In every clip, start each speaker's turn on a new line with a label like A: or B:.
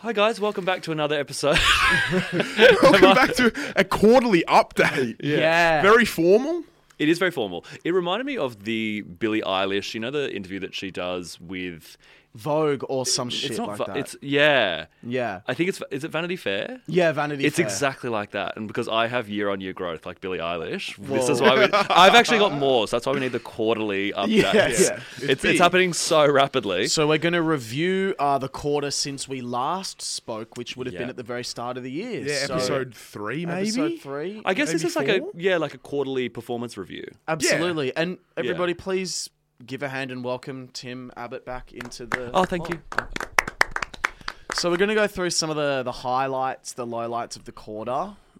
A: Hi guys, welcome back to another episode.
B: Welcome back to a quarterly update.
A: Yeah.
B: Very formal.
A: it is very formal. It reminded me of the Billie Eilish, you know, the interview that she does with.
C: Vogue or some shit
A: it's not.
C: like
A: Va-
C: that.
A: It's yeah.
C: yeah.
A: I think it's is it Vanity Fair.
C: yeah, Vanity
A: It's
C: Fair.
A: exactly like that, and because I have year-on-year growth like Billie Eilish, this
C: Whoa.
A: is why we, I've actually got more. So that's why we need the quarterly updates.
C: Yeah, yeah. It's
A: It's, it's,
B: big.
A: happening so rapidly.
C: So we're going to review uh, the quarter since we last spoke, which would have
A: Yeah.
C: been at the very start of the year.
B: Yeah,
C: So-
B: episode three, maybe.
C: Episode three.
A: I guess this
B: maybe
A: is like a
B: four?
A: yeah, like a quarterly performance review.
C: Absolutely. And everybody, please give a hand and welcome Tim Abbott back into the.
A: Oh, thank you.
C: So we're going to go through some of the the highlights, the lowlights of the quarter,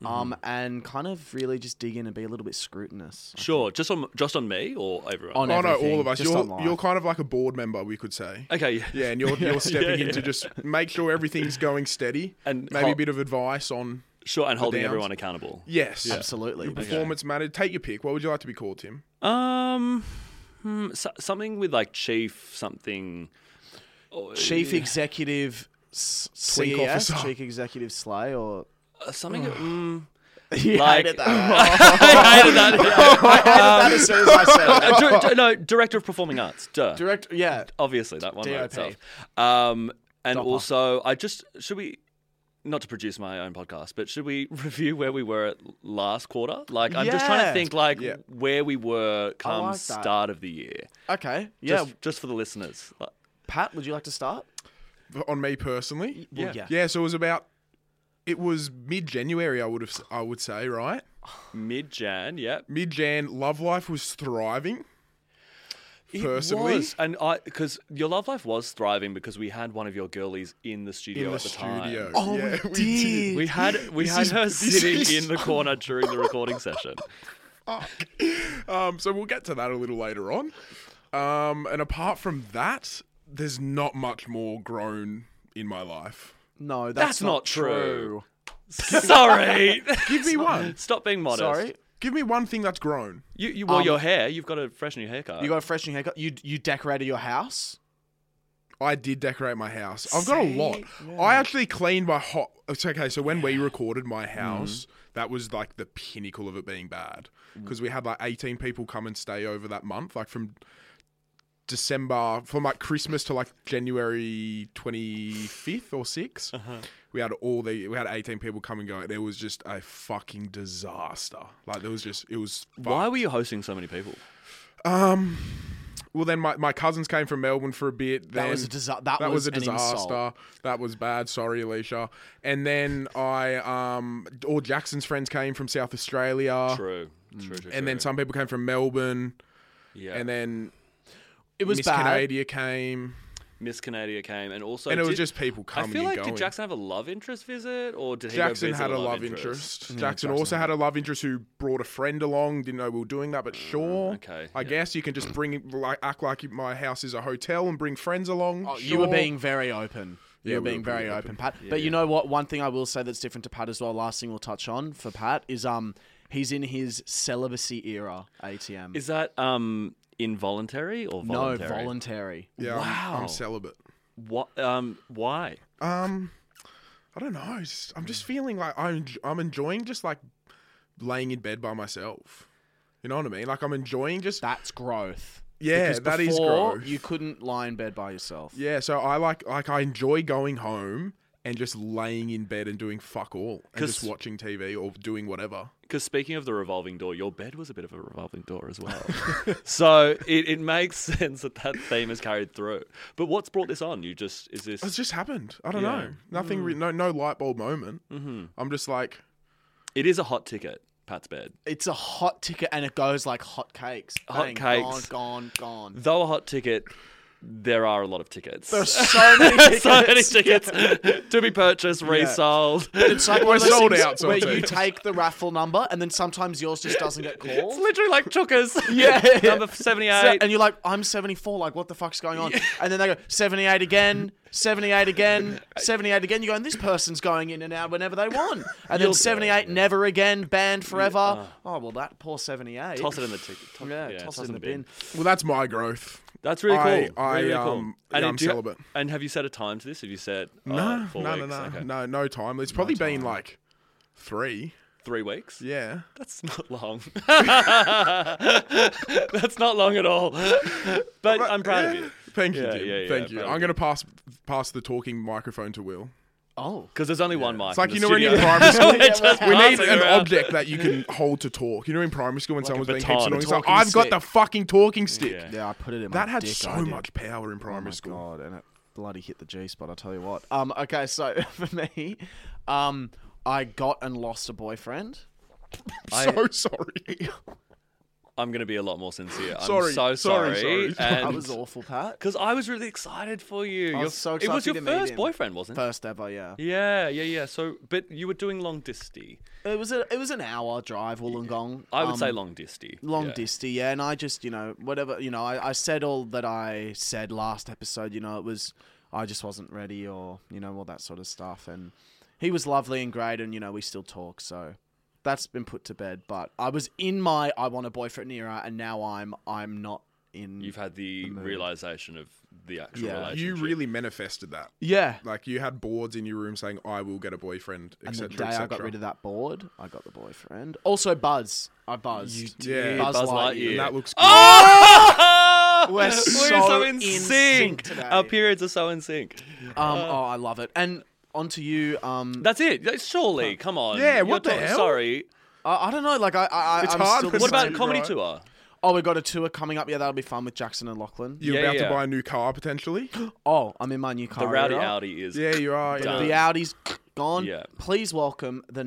A: Mm-hmm.
C: um, and kind of really just dig in and be a little bit scrutinous.
A: Sure, just on just on me or everyone.
C: On
B: Oh no,
C: everything,
B: all of us.
C: just
B: You're
C: online.
B: you're kind of like a board member, we could say.
A: Okay, yeah.
B: Yeah, and you're you're stepping in to
A: yeah.
B: just make sure everything's going steady,
A: And
B: maybe
A: hol-
B: a bit of advice on
A: sure, and holding
B: downs.
A: everyone accountable.
B: yes,
C: Absolutely.
B: performance matter. Take your pick. What would you like to be called, Tim?
A: Um, hmm, so, something with like chief something. oh, uh, or-
C: Chief Executive s-
B: Twink
C: CES,
B: officer.
C: Chief Executive Slay, or
A: uh, something. mm,
C: you
A: Like-
C: hated that.
A: I hated that.
C: I hated that as soon as I said it.
A: Uh, dir- dir- no, director of performing arts. Duh.
C: Direct, yeah,
A: Obviously, that one by
C: DOP.
A: itself. Um, and
C: Dopper.
A: also, I just should we. Not to produce my own podcast, but should we review where we were at last quarter? Like, I'm just trying to
C: Yeah.
A: think like
B: Yeah.
A: where we were come
C: like that.
A: start of the year.
C: okay, yeah.
A: just, just for the listeners. Like,
C: Pat, would you like to start?
B: On me personally.
C: Well,
A: Yeah.
B: Yeah, so it was about. It was mid January. I would have. s- I would say right.
A: Mid Jan, yep.
B: Mid Jan, love life was thriving. Personally,
A: It was, and I because your love life was thriving because we had one of your girlies in the studio
B: in the
A: at the
B: studio.
A: time.
C: Oh, we
B: yeah,
C: did.
A: We had we had
B: is-
A: her
B: this
A: sitting
B: is-
A: in the corner during the recording session.
B: Um, so we'll get to that a little later on. Um, and apart from that, there's not much more grown in my life.
C: No, that's,
A: That's
C: not,
A: not true. Sorry,
B: Give me one.
A: stop being modest.
C: Sorry,
B: Give me one thing that's grown.
A: you you wore
C: Um,
A: your hair. You've got a fresh new haircut.
C: you got a fresh new haircut. You you decorated your house.
B: I did decorate my house. I've got a lot.
C: See?
B: I actually cleaned my hot. It's okay. So when we recorded my
C: Mm.
B: house, that was like the pinnacle of it being bad
C: Mm.
B: because we had like 18 people come and stay over that month, like from December from like Christmas to like January 25th or 6th.
C: Uh-huh.
B: We had all the we had 18 people come and go, and it was just a fucking disaster. Like there was just it was. fucked.
A: Why were you hosting so many people?
B: Um. Well, then my, my cousins came from Melbourne for a bit.
C: That
B: then-
C: was a disaster. That,
B: that was, a
C: an insult.
B: disaster. That was bad. Sorry, Alicia. And then I, um, all Jackson's friends came from South Australia,
A: True, true, true.
B: Uh, mm. and then
A: true.
B: some people came from Melbourne,
A: yeah,
B: and then
C: It was
B: Miss
C: bad.
B: Canada came,
A: Miss Canadia came, and also
B: and it was
A: did-
B: just people
A: I
B: coming
A: feel like
B: and going.
A: did Jackson have a love interest visit or did he go
B: Jackson
A: visit
B: had
A: a
B: a love interest.
A: Mm,
B: Jackson also had a love interest who brought a friend along. Didn't know we were doing that, but sure.
A: Mm, okay,
B: I
A: yeah.
B: guess you can just bring like act like my house is a hotel and bring friends along.
C: Oh, You were
B: Sure.
C: being very open. You
B: Yeah,
C: were
B: we were
C: being very
B: pretty
C: open,
B: open.
C: Pat. but you know what? One thing I will say that's different to Pat as well. Last thing we'll touch on for Pat is um he's in his celibacy era. ATM.
A: Is that um involuntary or
C: no
A: voluntary?
C: voluntary.
B: Yeah, I'm-
A: Wow.
B: I'm celibate.
A: What? Um, why?
B: Um, I don't know. Just, I'm
A: Mm.
B: just feeling like I'm I'm enjoying just like laying in bed by myself. You know what I mean? Like I'm enjoying just
C: That's growth.
B: yeah,
C: Because
B: that is
C: before,
B: growth.
C: You couldn't lie in bed by yourself.
B: yeah, so I like like I enjoy going home and just laying in bed and doing fuck all and
A: 'Cause-
B: just watching TV or doing whatever.
A: Because speaking of the revolving door, your bed was a bit of a revolving door as well. so it, it makes sense that that theme is carried through. But what's brought this on? You just is
B: It's
A: this?
B: just happened. I don't
A: Yeah. Mm.
B: know. Nothing. Re- no no light bulb moment. Mm-hmm. I'm just like
A: It is a hot ticket. Pat's bed.
C: It's a hot ticket and it goes like hot cakes.
A: Hot
C: Bang,
A: cakes.
C: Gone, gone, gone.
A: Though a hot ticket, there are a lot of tickets.
C: There's so many tickets.
A: so many tickets to be purchased, resold.
C: It's like
B: We're
C: one of those
B: sold
C: things
B: out, sort
C: where
B: of
C: you
B: thing.
C: take the raffle number and then sometimes yours just doesn't get called.
A: It's literally like chookers.
C: Yeah.
A: number
C: So-
A: seventy-eight.
C: and you're like, I'm 74. Like, what the fuck's going on? And then they go 78 again, 78 again, 78 again. You go, and this person's going in and out whenever they want. And
A: You'll go,
C: then 78 never again, banned forever. oh well, that poor 78.
A: uh, toss it in the ticket.
C: Yeah, toss, it in the bin.
B: well that's my growth.
A: That's really cool.
B: I-
A: Really,
B: I,
A: really cool.
B: um, yeah, I'm
A: do you-
B: celibate.
A: and have you set a time to this? Have you set uh,
B: No,
A: four
B: no, no,
A: weeks?
B: no,
A: Okay.
B: no, no time. It's probably been like three.
A: Three weeks?
B: Yeah.
A: That's not long. That's not long at all. But I'm proud of
B: Yeah.
A: you.
B: Thank you,
A: Yeah,
B: Jim.
A: yeah, yeah,
B: Thank you.
A: proud of
B: I'm going to pass pass the talking microphone to Will.
C: Oh.
A: Because there's only one mic.
B: It's like
A: in
B: you
A: the
B: know when you're
A: studio.
B: in primary school,
A: We're just
B: we need
A: passing
B: an
A: around.
B: object that you can hold to talk. You know in primary school when someone's being heaps
A: baton, a
B: annoying, it's like,
C: talking
B: I've got
C: stick."
B: the fucking talking stick.
A: Yeah.
C: Yeah, I put it in my
B: That had
C: dick,
B: so
C: I did.
B: much power in primary
C: Oh my
B: school.
C: god, and it bloody hit the G spot. I tell you what. Um, okay, so for me, um, I got and lost a boyfriend. I-
B: So sorry.
A: I'm going to be a lot more sincere. I'm
B: Sorry,
A: so
B: sorry,
A: sorry.
B: sorry, sorry.
C: that was awful, Pat.
A: Because I was really excited for you.
C: I
A: Your-
C: was so
A: It was
C: excited
A: your
C: to meet
A: first
C: him.
A: boyfriend, wasn't it?
C: First ever, yeah.
A: Yeah, yeah, yeah. So, but you were doing long disty.
C: It was a it was an hour drive, Wollongong.
A: I would
C: Um,
A: say long disty.
C: long
A: yeah.
C: disty, yeah. And I just, you know, whatever, you know, I, I said all that I said last episode. You know, it was I just wasn't ready, or you know, all that sort of stuff. And he was lovely and great, and you know, we still talk. So that's been put to bed. But I was in my I want a boyfriend era, and now I'm I'm not in.
A: You've had the realization of the actual
C: Yeah. You
B: You
A: relationship.
B: really manifested that.
C: yeah.
B: Like you had boards in your room saying, "I will get a boyfriend,"
C: And
B: etc.
C: the day I got rid of that board, I got the boyfriend. Also, Buzz. I buzzed.
A: You
B: Yeah.
A: Buzz,
C: Buzz
A: Lightyear.
C: Lightyear.
B: that looks good.
A: Oh!
C: We're so in sync today.
A: Our periods are so in sync.
C: Um,
A: Uh.
C: oh, I love it. And onto you. Um,
A: That's it. Like, Surely, come on.
B: Yeah,
A: You're
B: what the
A: talk-
B: hell?
A: Sorry.
C: I, I don't know. Like I, I, I-
B: It's
C: I'm
B: hard
C: Still
B: for
C: the
A: What
B: Sorry,
A: about comedy
B: right.
A: tour?
C: Oh, we got a tour coming up. Yeah, that'll be fun with Jackson and Lachlan.
B: You're
A: Yeah,
B: about
A: yeah.
B: to buy a new car potentially.
C: Oh, I'm in my new car.
A: The rowdy
C: era.
A: Audi is.
B: yeah, you are. Yeah.
C: The Audi's gone.
A: Yeah.
C: Please welcome the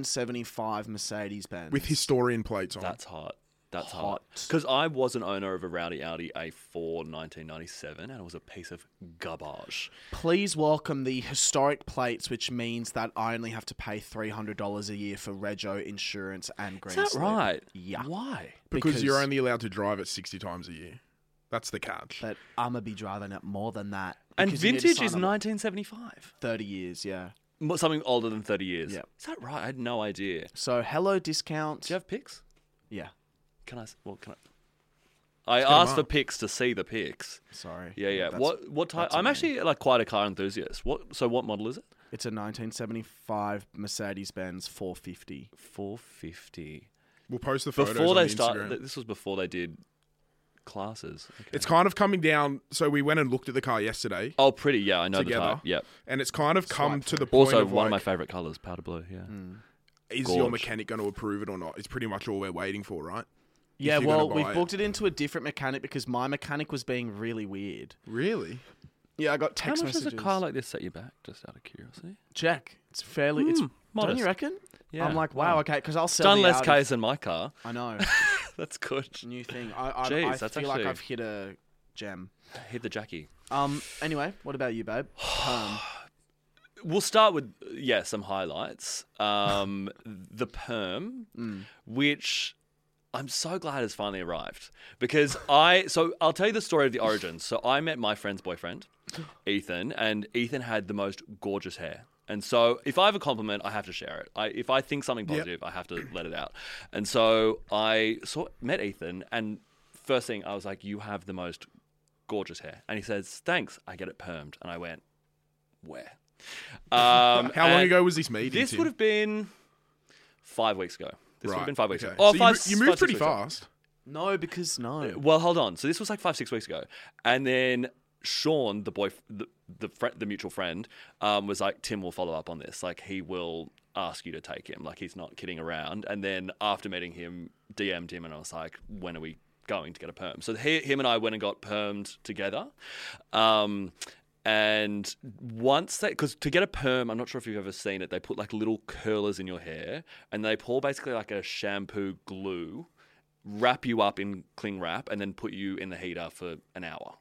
C: 1975 Mercedes Benz.
B: With historian plates on.
A: That's hot. That's hot.
C: Hot.
A: Because I was an owner of a rowdy Audi A4 1997, and it was a piece of garbage.
C: Please welcome the historic plates, which means that I only have to pay $300 a year for Rego insurance and
A: Is
C: Green
A: that
C: Slip.
A: right?
C: Yeah.
A: Why?
B: because, you're
C: because-
B: only allowed to drive it 60 times a year. That's the catch.
C: But I'm going to be driving it more than that.
A: And
C: because you need to
A: vintage
C: sign
A: is
C: up
A: 1975.
C: 30 years, yeah.
A: Mo- Something older than 30 years.
C: Yeah.
A: Is that right? I had no idea.
C: So, hello discount.
A: Do you have pics?
C: Yeah,
A: Can I? s- Well, can I? I
B: get 'em
A: asked for
B: up.
A: pics to see the pics.
C: sorry.
A: Yeah, yeah.
C: That's-
A: what what type? I'm actually like quite a car enthusiast. What? So what model is it?
C: It's a 1975 Mercedes Benz 450.
A: 450.
B: We'll post the photos
A: Before
B: on
A: they
B: the
A: start,
B: Instagram.
A: th- this was before they did classes. Okay.
B: it's kind of coming down. So we went and looked at the car yesterday,
A: oh, pretty. Yeah, I know the
B: Together.
A: type. Yep.
B: and it's kind of come to the point
A: Also,
B: of
A: one of my
B: like, Hmm.
A: favorite colors, powder blue. Yeah.
B: is your
A: gorge.
B: mechanic going to approve it or not? It's pretty much all we're waiting for, right? If
C: Yeah,
B: you're gonna
C: well,
B: buy
C: we've
B: it.
C: booked it into a different mechanic because my mechanic was being really weird.
B: Really?
C: Yeah, I got
A: How
C: text
A: much
C: messages.
A: does a car like this set you back? Just out of curiosity.
C: Check. It's fairly. it's don't
A: Hmm, modest.
C: you reckon?
A: Yeah,
C: I'm like, wow, okay, because I'll sell.
A: Done
C: the
A: less
C: Audi-
A: Ks than my car.
C: I know.
A: That's good.
C: New thing. I I,
A: Jeez,
C: I
A: that's
C: feel like
A: actually-
C: I've hit a gem.
A: Hit the Jackie.
C: Um. Anyway, what about you, babe? Um,
A: We'll start with yeah, some highlights. Um, the perm, which I'm so glad has finally arrived because I. So I'll tell you the story of the origins. So I met my friend's boyfriend, Ethan, and Ethan had the most gorgeous hair. And so if I have a compliment, I have to share it. I, if I think something positive, I have to let it out. And so I saw, met Ethan, and first thing I was like, "You have the most gorgeous hair," and he says, "Thanks." I get it permed, and I went, "Where?" Um,
B: How long
A: and
B: ago was this meeting?
A: This
B: Tim?
A: would have been five weeks ago. This would
B: Right,
A: have been five weeks
B: okay.
A: ago. Oh,
B: So you
A: five-
B: mo- you,
A: five,
B: moved
A: six
B: pretty
A: weeks ago.
B: fast.
C: no, because no.
A: Well, hold on. So this was like five, six weeks ago, and then Sean, the boy, the the, fri the mutual friend, um, was like, "Tim will follow up on this. Like, he will ask you to take him. Like, he's not kidding around." And then after meeting him, DM'd him, and I was like, "When are we going to get a perm?" So he, him and I went and got permed together. Um, and once they, because to get a perm, I'm not sure if you've ever seen it, they put like little curlers in your hair and they pour basically like a shampoo glue wrap you up in cling wrap and then put you in the heater for an hour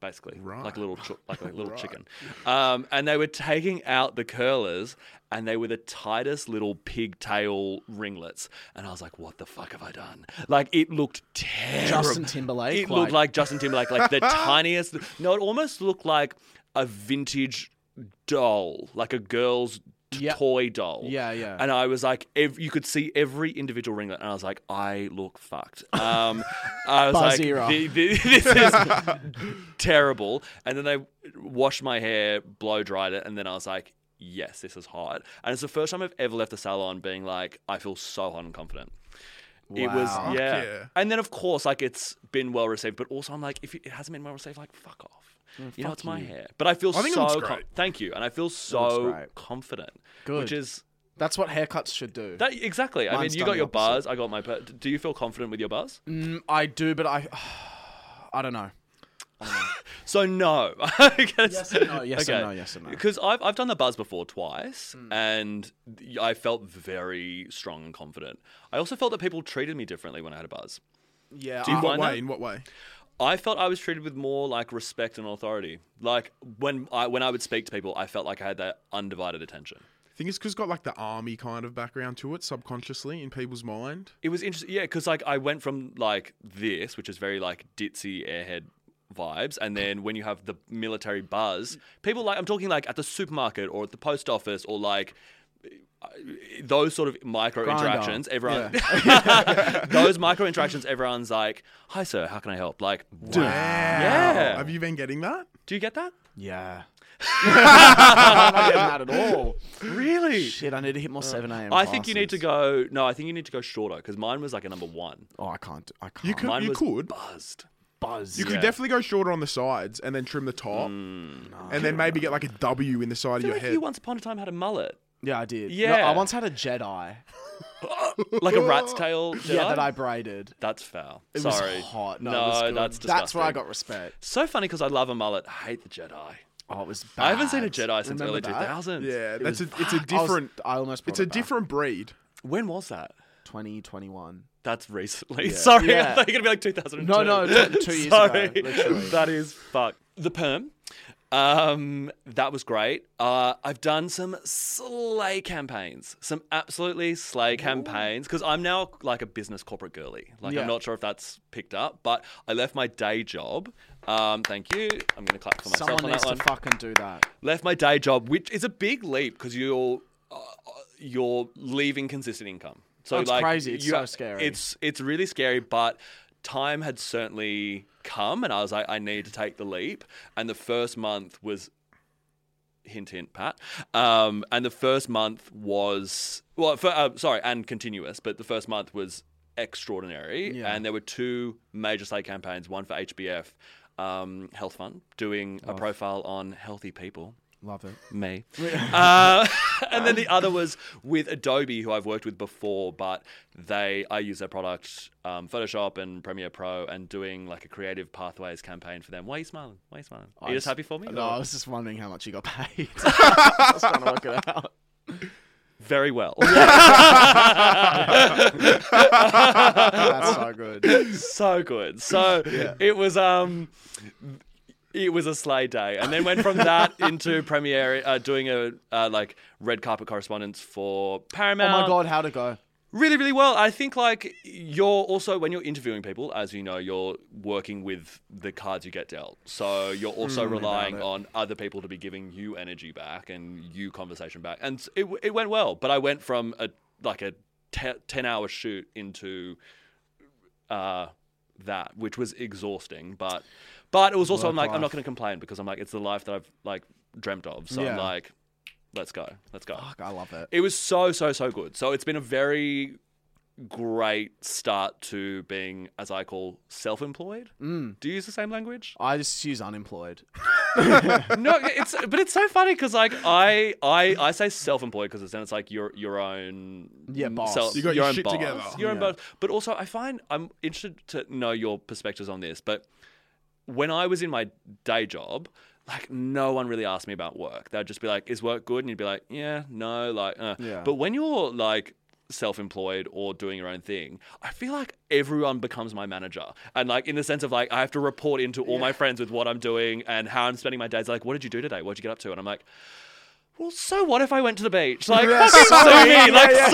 A: basically like
B: Right.
A: a little chi- like a little
B: Right.
A: chicken um, and they were taking out the curlers and they were the tightest little pigtail ringlets and i was like what the fuck have i done like it looked terrible
C: Justin Timberlake,
A: it looked
C: like-
A: like justin timberlake like the tiniest no it almost looked like a vintage doll like a girl's t-
C: Yeah.
A: toy doll.
C: Yeah, yeah.
A: And I was like, ev- you could see every individual ringlet, and I was like, I look fucked. Um, I was like,
C: Buzz era.
A: "Thi- thi- this is terrible. And then they washed my hair, blow dried it, and then I was like, yes, this is hot. And it's the first time I've ever left the salon being like, I feel so hot and confident. It was
C: Wow.
A: yeah.
B: yeah.
A: and then of course like it's been well received, but also I'm like if it hasn't been well received, like fuck off. you know,
C: Mm, fuck
A: it's my
C: you.
A: hair, but I feel
B: I think it
A: so
B: looks
A: com-
B: great.
A: thank you, and I feel so
C: great.
A: confident, which
C: Good.
A: is
C: That's what haircuts should do.
A: that exactly. I mean,
C: Mine's
A: you
C: done
A: got
C: the
A: your buzz,
C: opposite.
A: I got my. bu- Do you feel confident with your buzz?
C: Mm, I do, but I, I don't know.
A: So no, I guess.
C: Yes and no, yes and no, yes and no. Hmm.
A: Because I've I've done the buzz before twice, and I felt very strong and confident. I also felt that people treated me differently when I had a buzz.
C: Yeah,
B: In
C: I-
B: what
A: find
B: way?
A: that?
B: In what way?
A: I felt I was treated with more like respect and authority. Like when I when I would speak to people, I felt like I had that undivided attention.
B: I think it's because it's got like the army kind of background to it subconsciously in people's mind.
A: It was interesting, yeah, because like I went from like this, which is very like ditzy airhead vibes, and then when you have the military buzz, people like I'm talking like at the supermarket or at the post office or like uh, those sort of micro
C: Grinder.
A: interactions. Everyone, those micro interactions, everyone's like, "Hi, sir, how can I help?" Like,
B: Wow.
A: Yeah.
B: Have you been getting that?
A: do you get that?
C: yeah. I'm not getting that at all.
A: Really?
C: Shit, I need to hit more 7 a.m.
A: Uh, I think you need to
C: classes.
A: go. No, I think you need to go shorter because mine was like a number one.
C: Oh, I can't. do- I can't.
B: You could.
A: Mine
B: you
A: was
B: could.
A: buzzed.
C: buzz.
B: You could
A: Yeah.
B: definitely go shorter on the sides and then trim the top,
C: Mm.
B: and then maybe get like a W in the side
A: I
B: of
A: feel
B: your
A: like
B: head.
A: you once upon a time had a mullet,
C: yeah, I did. No,
A: Yeah.
C: I once had a Jedi.
A: like a rat's tail.
C: Yeah,
A: Jedi?
C: that I braided.
A: That's foul.
C: It
A: Sorry.
C: was hot. No,
A: No,
C: it was good.
A: that's disgusting.
C: that's where I got respect.
A: So funny because I love a mullet. I hate the Jedi.
C: Oh, it was. Bad.
A: I haven't seen a Jedi since
C: Remember
A: early
C: that?
A: 2000s.
B: yeah, that's a, it's a
C: I was-
B: different.
C: I, almost.
B: It's
C: brought
B: a
C: it back.
B: different breed.
A: When was that?
C: 2021.
A: That's recently. Sorry, I
C: Yeah.
A: thought you were gonna be like 2002.
C: No, no, t- two years ago,
A: Sorry.
C: literally.
A: That is fuck. The perm. Um, that was great. Uh, I've done some slay campaigns, some absolutely slay campaigns, because I'm now like a business corporate girly. Like
C: Yeah.
A: I'm not sure if that's picked up, but I left my day job. Um, thank you. I'm gonna clap for myself
C: Someone
A: on
C: needs
A: that
C: to
A: one
C: fucking do that.
A: left my day job, which is a big leap because you're uh, you're leaving consistent income. So
C: Oh, it's
A: like,
C: crazy. It's
A: you-
C: so scary.
A: It's it's really scary, but time had certainly come, and I was like, I need to take the leap. And the first month was. Hint, hint, Pat. Um, and the first month was well, for, uh, sorry, and continuous, but the first month was extraordinary.
C: Yeah.
A: And there were two major state campaigns, one for HBF um, Health Fund, doing a profile on healthy people
C: Love it.
A: me. uh, and then the other was with Adobe, who I've worked with before, but they I use their product um, Photoshop and Premiere Pro, and doing like a creative pathways campaign for them. Why are you smiling? Why are you smiling? Are you just happy for me?
C: No,
A: Or-
C: I was just wondering how much you got paid. I was trying to work it out.
A: Very well.
C: That's so good.
A: so good. So it was um it was a sleigh day, and then went from that into premiere, uh, doing a uh, like red carpet correspondence for
C: Oh
A: Paramount.
C: my god, how'd it go?
A: really really well i think like you're also when you're interviewing people as you know you're working with the cards you get dealt so you're also relying
C: Hmm, it.
A: on other people to be giving you energy back and you conversation back and it, it went well but i went from a like a te- 10 hour shoot into uh that which was exhausting but but it was also i'm
C: Work
A: like i'm not
C: life.
A: going to complain because i'm like it's the life that i've like dreamt of so i'm
C: Yeah.
A: like let's go let's go
C: Fuck, I love it.
A: it was so, so, so good. So it's been a very great start to being, as I call, self employed.
C: Mm.
A: Do you use the same language?
C: I just use unemployed.
A: no, it's but it's so funny because like I I I say self employed because then it's like your your own
C: Yeah, boss.
B: You got your
A: own
B: shit
A: boss,
B: together.
A: Your own
C: Yeah.
A: boss. But also I find I'm interested to know your perspectives on this, but when I was in my day job, like no one really asked me about work. They'd just be like, "Is work good?" And you'd be like, "Yeah, no, like." Uh.
C: Yeah.
A: But when you're like self-employed or doing your own thing, I feel like everyone becomes my manager, and like in the sense of like I have to report into all my friends with what I'm doing and how I'm spending my days. Like, what did you do today? What did you get up to? And I'm like. well, so what if I went to the beach? Like,
B: Yeah,
A: fucking sue
B: sorry.
A: me. Like,
B: Yeah, yeah.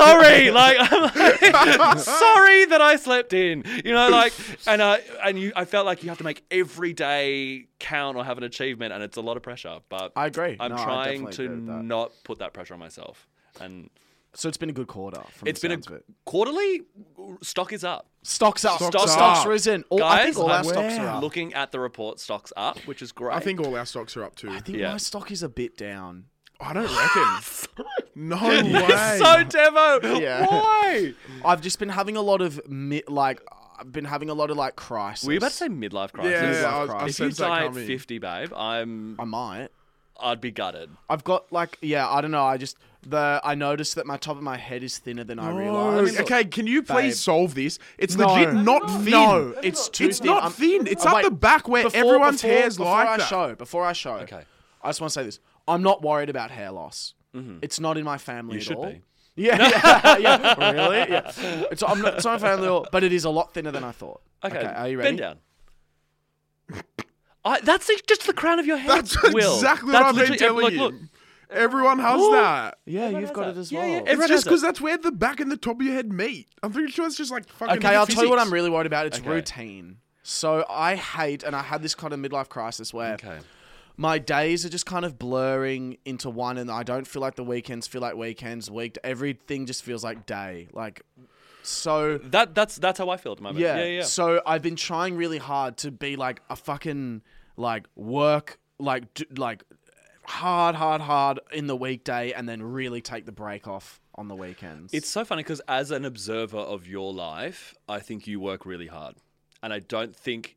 A: sorry. Like, I'm like, sorry that I slept in. You know, like, and uh, and you, I felt like you have to make every day count or have an achievement, and it's a lot of pressure. But
C: I agree.
A: I'm
C: No, I
A: trying
C: definitely
A: to
C: agree with that.
A: not put that pressure on myself. And
C: So it's been a good quarter. From
A: it's
C: the
A: been a
C: sounds of it.
A: quarterly stock is up.
C: stocks up.
B: Stocks
C: Stocks,
B: up.
C: risen. All,
A: Guys,
C: I think all
A: I'm
C: our stocks are up.
A: looking at the report, stocks up, which is great.
B: I think all our stocks are up too.
C: I think
A: Yeah.
C: my stock is a bit down.
B: I don't reckon. no way.
A: so Devo.
C: Yeah.
A: Why?
C: I've just been having a lot of mi- like I've been having a lot of like crisis.
A: Were you about to say midlife crisis?
B: yeah,
C: Jesus
B: I, was- I
C: Christ.
A: if you
B: sensed that
A: die at
B: coming.
A: 50, babe, I'm
C: I might.
A: I'd be gutted.
C: I've got like yeah, I don't know. I just the I noticed that my top of my head is thinner than I
B: Oh,
C: realized.
B: okay, can you please
C: Babe.
B: solve this? It's
C: No.
B: legit not thin.
C: No, it's too
B: It's
C: thin.
B: not
C: I'm-
B: thin. It's
C: Oh,
B: up
C: wait,
B: the back where
C: before-
B: everyone's
C: before-
B: hair's
C: before
B: like
C: I
B: that.
C: show, before I show.
A: Okay.
C: I just want to say this. I'm not worried about hair loss. It's not in my
A: Mm-hmm.
C: family
A: You
C: at
A: should
C: all.
A: be.
C: Yeah, yeah, yeah. Really? Yeah. It's, I'm not, it's not in my family at all, but it is a lot thinner than I thought.
A: Okay,
C: are you
A: Bend
C: ready?
A: down. I, that's the, just the crown of your head.
B: That's
A: Will.
B: exactly
A: That's
B: what I've been
A: literally-
B: telling you.
A: look, look,
B: Everyone has
A: Ooh.
B: that.
C: Yeah,
A: Everyone
C: you've
A: has
C: got
A: that.
C: it as
A: Yeah,
C: well.
A: yeah,
B: It's
A: everyone
B: just
A: has
B: because
A: it.
B: that's where the back and the top of your head meet. I'm pretty sure it's just like fucking.
C: Okay, I'll tell you what I'm
B: physics.
C: really worried about. It's
A: Okay.
C: routine. So I hate, and I had this kind of midlife crisis where
A: Okay.
C: my days are just kind of blurring into one, and I don't feel like the weekends feel like weekends. Week everything just feels like day. Like so,
A: That that's that's how I feel at the moment.
C: yeah.
A: Yeah, yeah.
C: So I've been trying really hard to be like a fucking like work like d- like hard, hard, hard in the weekday, and then really take the break off on the weekends.
A: It's so funny because as an observer of your life, I think you work really hard, and I don't think.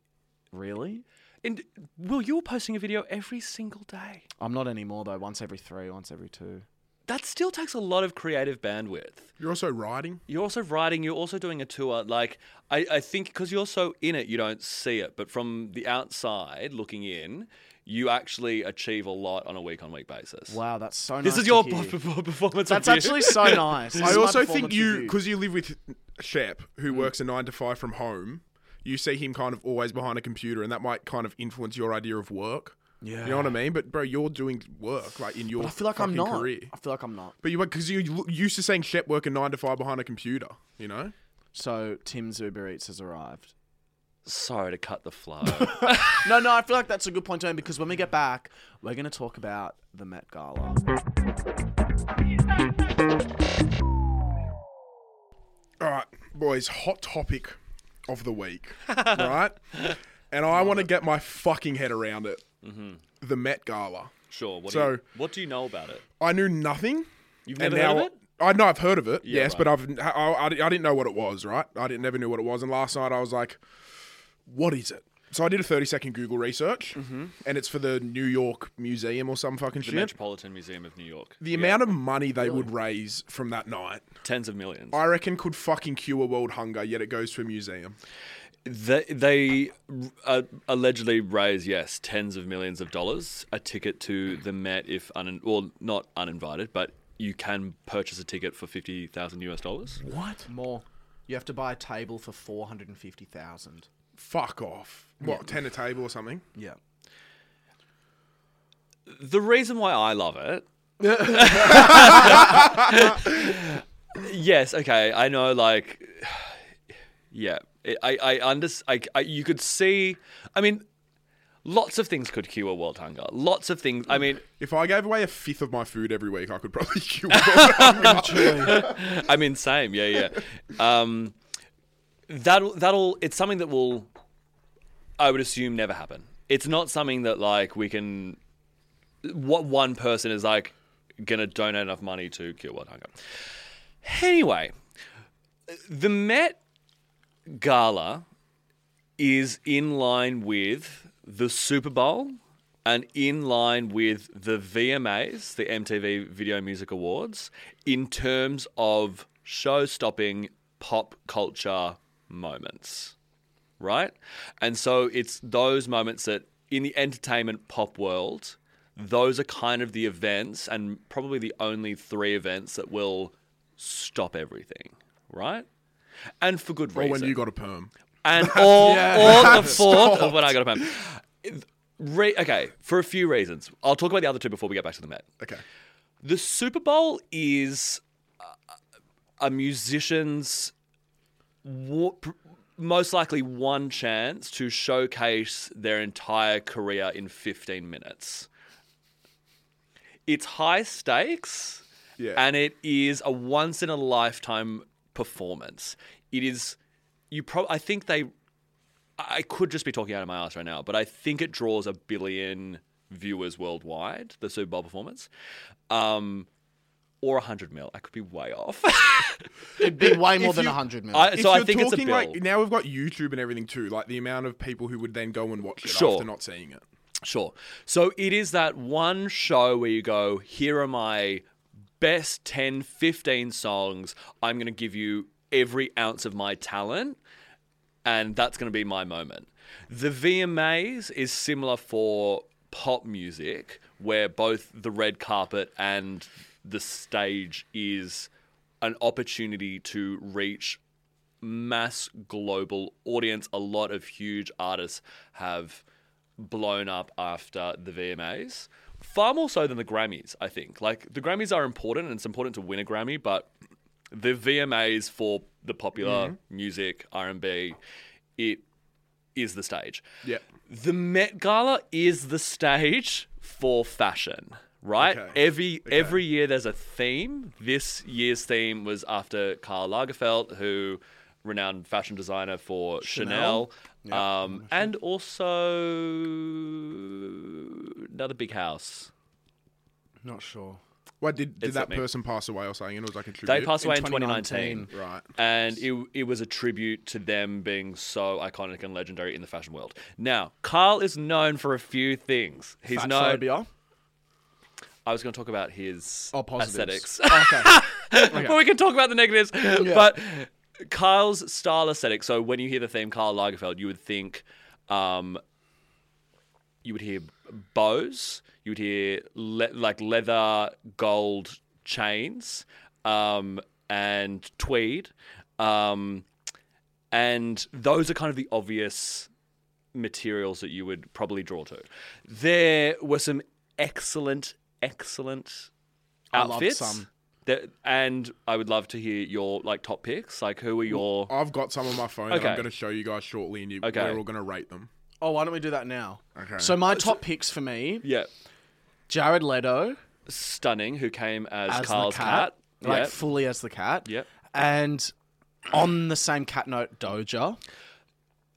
C: really.
A: And Will, you were posting a video every single day.
C: I'm not anymore though. Once every three, once every two.
A: That still takes a lot of creative bandwidth.
B: You're also riding.
A: you're also writing you're also doing a tour like i, I think because you're so in it you don't see it but from the outside looking in you actually achieve a lot on a week on week basis
C: Wow, that's so nice.
A: this is
C: to
A: your
C: hear.
A: p- p- performance
C: That's
A: review.
C: actually so nice. This
B: I
C: is my
B: also think
C: performance
B: you,
C: review.
B: because you live with Shep,
C: Mm.
B: who works a nine to five from home, you see him kind of always behind a computer, and that might kind of influence your idea of work.
C: Yeah.
B: You know what I mean? But bro, you're doing work like in your.
C: But I feel like I'm
B: fucking
C: not.
B: Career.
C: I feel like I'm not.
B: But you because you l- used to saying Shep working nine to five behind a computer. You know.
C: So Tim's Uber Eats has arrived.
A: sorry to cut the flow
C: No, no, I feel like that's a good point to end because when we get back, we're going to talk about the Met Gala.
B: All right, boys, hot topic of the week, right? And I want to get my fucking head around it. Mm-hmm. The Met Gala.
A: sure what,
B: So-
A: do you, what do you know about it
B: I knew nothing.
A: you've
B: and
A: never
B: now
A: heard of it
B: I know I've heard of it,
A: Yeah,
B: yes,
A: right.
B: but I've I, I, I didn't know what it was, right? I didn't never knew what it was, and last night I was like, "What is it?" So I did a thirty second Google research,
A: Mm-hmm.
B: and it's for the New York Museum or some fucking
A: the
B: shit.
A: metropolitan museum of new york
B: the amount of money they would raise from that night,
A: tens of millions
B: I reckon, could fucking cure world hunger. Yet it goes to a museum.
A: They, they uh, allegedly raise yes tens of millions of dollars a ticket to the Met if un well not uninvited but you can purchase a ticket for fifty thousand US dollars.
B: What?
C: More. You have to buy a table for 450000
B: Fuck off! What ten a table or something?
C: Yeah.
A: The reason why I love it. yes, okay, I know. Like, yeah, I I, under, I I you could see. I mean, lots of things could cure world hunger. Lots of things. I mean,
B: If I gave away a fifth of my food every week, I could probably cure.
A: I mean, same. Yeah, yeah. Um, that'll that'll. It's something that will, I would assume, never happen. It's not something that like we can. What one person is like gonna donate enough money to cure world hunger. Anyway, the Met Gala is in line with the Super Bowl and in line with the VMAs, the MTV Video Music Awards, in terms of show stopping pop culture moments, right? And so it's those moments that in the entertainment pop world, those are kind of the events and probably the only three events that will stop everything, right? And for good
B: or
A: reason
B: when you got a perm.
A: and all,
C: Yeah.
A: all the fourth of when I got a pen. Re- okay, for a few reasons. I'll talk about the other two before we get back to the Met.
B: Okay.
A: The Super Bowl is uh, a musician's wa- pr- most likely one chance to showcase their entire career in 15 minutes. It's high stakes
B: Yeah.
A: and it is a once in a lifetime performance. It is you pro I think they I could just be talking out of my ass right now, but I think it draws a billion viewers worldwide, the Super Bowl performance. Um or 100 mil. I could be way off.
C: It'd be way more
B: If
C: than
B: you-
C: a hundred mil.
A: I,
B: If
A: so I
B: you're
A: think it's a
B: talking,
A: bill.
B: Like, now we've got YouTube and everything too. Like the amount of people who would then go and watch it
A: Sure.
B: after not seeing it.
A: Sure. So it is that one show where you go, here are my best 10, 15 songs. I'm going to give you every ounce of my talent, and that's going to be my moment. The VMAs is similar for pop music, where both the red carpet and the stage is an opportunity to reach mass global audience. A lot of huge artists have blown up after the VMAs, far more so than the Grammys, I think. Like, the Grammys are important and it's important to win a Grammy, but the VMAs for the popular music, R&B, it is the stage.
B: Yeah.
A: The Met Gala is the stage for fashion, right?
B: Okay.
A: Every every year there's a theme. This year's theme was after Karl Lagerfeld, who renowned fashion designer for Chanel,
C: Chanel?
A: um, and also another big house.
C: Not sure.
B: Why did, did
A: It's
B: that
A: me.
B: person pass away or something? It was like a tribute.
A: They passed away in 2019.
C: 2019.
B: Right.
A: and it, it was a tribute to them being so iconic and legendary in the fashion world. Now, Carl is known for a few things. He's
C: Fat
A: known.
C: phobia.
A: I was going to talk about his
C: Oh, positives.
A: aesthetics,
C: Okay.
A: but we can talk about the negatives. But Carl's style aesthetic. So when you hear the theme Carl Lagerfeld, you would think, um, you would hear bows, you would hear le- like leather gold chains, um, and tweed. Um, and those are kind of the obvious materials that you would probably draw to. There were some excellent, excellent
C: I loved
A: outfits.
C: some.
A: There- and I would love to hear your like top picks. Like, who are your?
B: I've got some on my phone that
A: Okay.
B: I'm going to show you guys shortly, and you,
A: Okay.
B: we're all going to rate them.
C: Oh, why don't we do that now?
B: Okay.
C: So my top picks for me:
A: Yeah,
C: Jared Leto
A: stunning. Who came as,
C: as
A: Carl's
C: the cat,
A: cat?
C: like
A: yeah.
C: fully as the cat.
A: Yep.
C: And on the same cat note, Doja.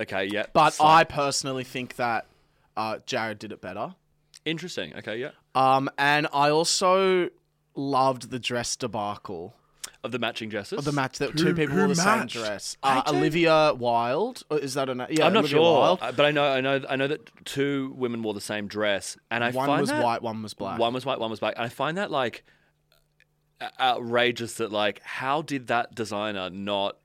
A: okay. Yeah.
C: But
A: Stunning.
C: I personally think that uh, Jared did it better.
A: interesting. Okay. Yeah.
C: Um, and I also loved the dress debacle.
A: Of the matching dresses.
C: The match that
B: Who-
C: two people
B: who
C: wore the
B: matched?
C: same dress. Uh, Olivia Wilde or is that a na- yeah?
A: I'm not
C: Olivia
A: sure,
C: Wilde.
A: uh, but I know, I know, I know that two women wore the same dress, and I
C: One
A: find
C: was
A: that-
C: white, one was black.
A: One was white, one was black. And I find that like o- outrageous that like how did that designer not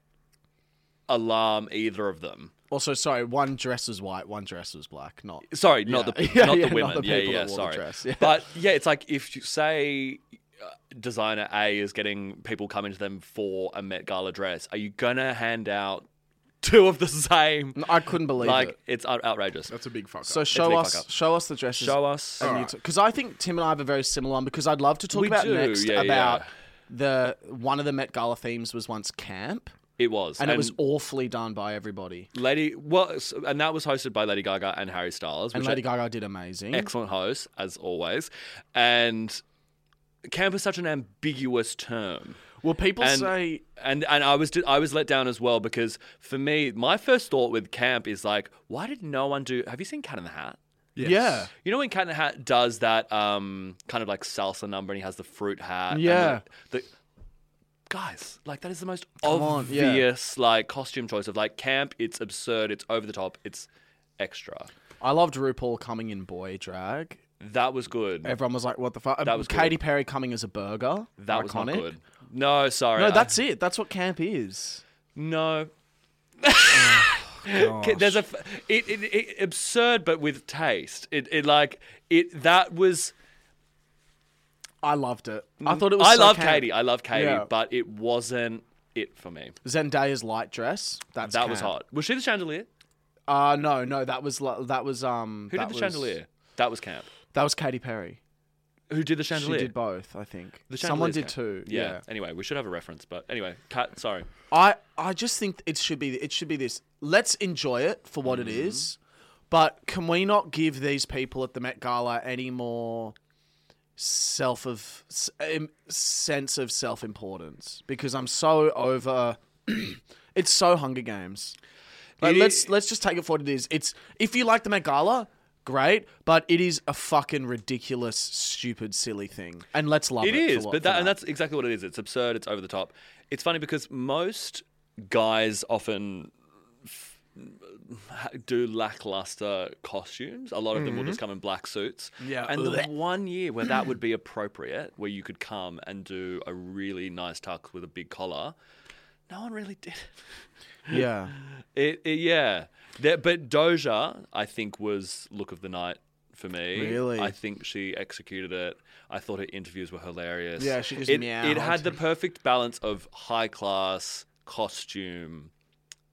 A: alarm either of them?
C: Also, sorry, one dress was white, one dress was black. Not
A: Sorry, not the
C: Yeah,
A: not
C: yeah,
A: the
C: not
A: women.
C: the
A: yeah,
C: people
A: yeah,
C: that wore the
A: sorry.
C: dress, yeah.
A: But yeah, it's like if you say uh, designer A is getting people coming to them for a Met Gala dress, are you gonna hand out two of the same?
C: I couldn't believe
A: like
C: Mm, it.
A: it's out- outrageous.
B: That's a big fuck. up.
C: So
A: a
C: show
A: big
C: us,
A: fuck-up.
C: show us the dresses.
A: Show us.
C: because I think Tim and I have a very similar one. Because I'd love to talk
A: We
C: about
A: do,
C: next
A: yeah,
C: about
A: yeah.
C: the one of the Met Gala themes was once camp,
A: It was,
C: and, it was awfully done by everybody.
A: Lady. Well, s- and that was hosted by Lady Gaga and Harry Styles,
C: And
A: which
C: Lady
A: are
C: Gaga did amazing.
A: excellent hosts as always. And camp is such an ambiguous term.
C: Well, people
A: And-
C: say
A: And and I was I was let down as well because for me, my first thought with camp is like, why did no one do? Have you seen Cat in the Hat?
C: yeah.
A: You know when Cat in the Hat does that um, kind of like salsa number and he has the fruit hat. and
C: Yeah.
A: The, the- guys, like that is the most
C: on, yeah.
A: obvious like costume choice of like camp. It's absurd. It's over the top. It's extra.
C: I loved RuPaul coming in boy drag.
A: That was good.
C: Everyone was like, "What the fuck?" Um,
A: was
C: Katy Perry coming as a burger.
A: that
C: iconic.
A: was not good. No, sorry.
C: No,
A: I-
C: that's it. That's what camp is.
A: no.
C: Oh,
A: K- There's a f- it, it, it absurd, but with taste. It, it like it that was.
C: I loved it. Mm. I thought it was.
A: I
C: so
A: love
C: camp.
A: Katie. I love Katie,
C: Yeah.
A: but it wasn't it for me.
C: Zendaya's light dress. That's
A: That was
C: camp.
A: hot. Was she the chandelier?
C: Uh no, no, that was li- that was um.
A: Who
C: that
A: did the
C: was,
A: chandelier? That was camp.
C: That was Katy Perry.
A: Who did the
C: She
A: chandelier?
C: did both, I think.
A: The
C: Someone
A: chandelier's
C: did
A: ca-
C: too.
A: yeah.
C: yeah.
A: Anyway, we should have a reference, but anyway, cat. Sorry.
C: I I just think it should be it should be this. Let's enjoy it for what it
A: Mm-hmm.
C: is, but can we not give these people at the Met Gala any more self of s- im- sense of self importance? Because I'm so over. it's so Hunger Games. Like,
A: It i-
C: let's let's just take it for what it is. It's if you like the Met Gala, great, but it is a fucking ridiculous, stupid, silly thing, and let's love it.
A: It is,
C: for what-
A: but
C: for
A: that, and that's exactly what it is. It's absurd. It's over the top. It's funny because most guys often f- ha- do lackluster costumes. A lot of them will just come in black suits.
C: Mm-hmm. Yeah.
A: And the
C: Blech.
A: one year where that would be appropriate, where you could come and do a really nice tuck with a big collar, no one really did.
C: yeah.
A: It, it yeah. There, but Doja, I think, was look of the night for me.
C: Really?
A: I think she executed it. I thought her interviews were hilarious.
C: Yeah, she just
A: it,
C: meowed.
A: it had the perfect balance of high class costume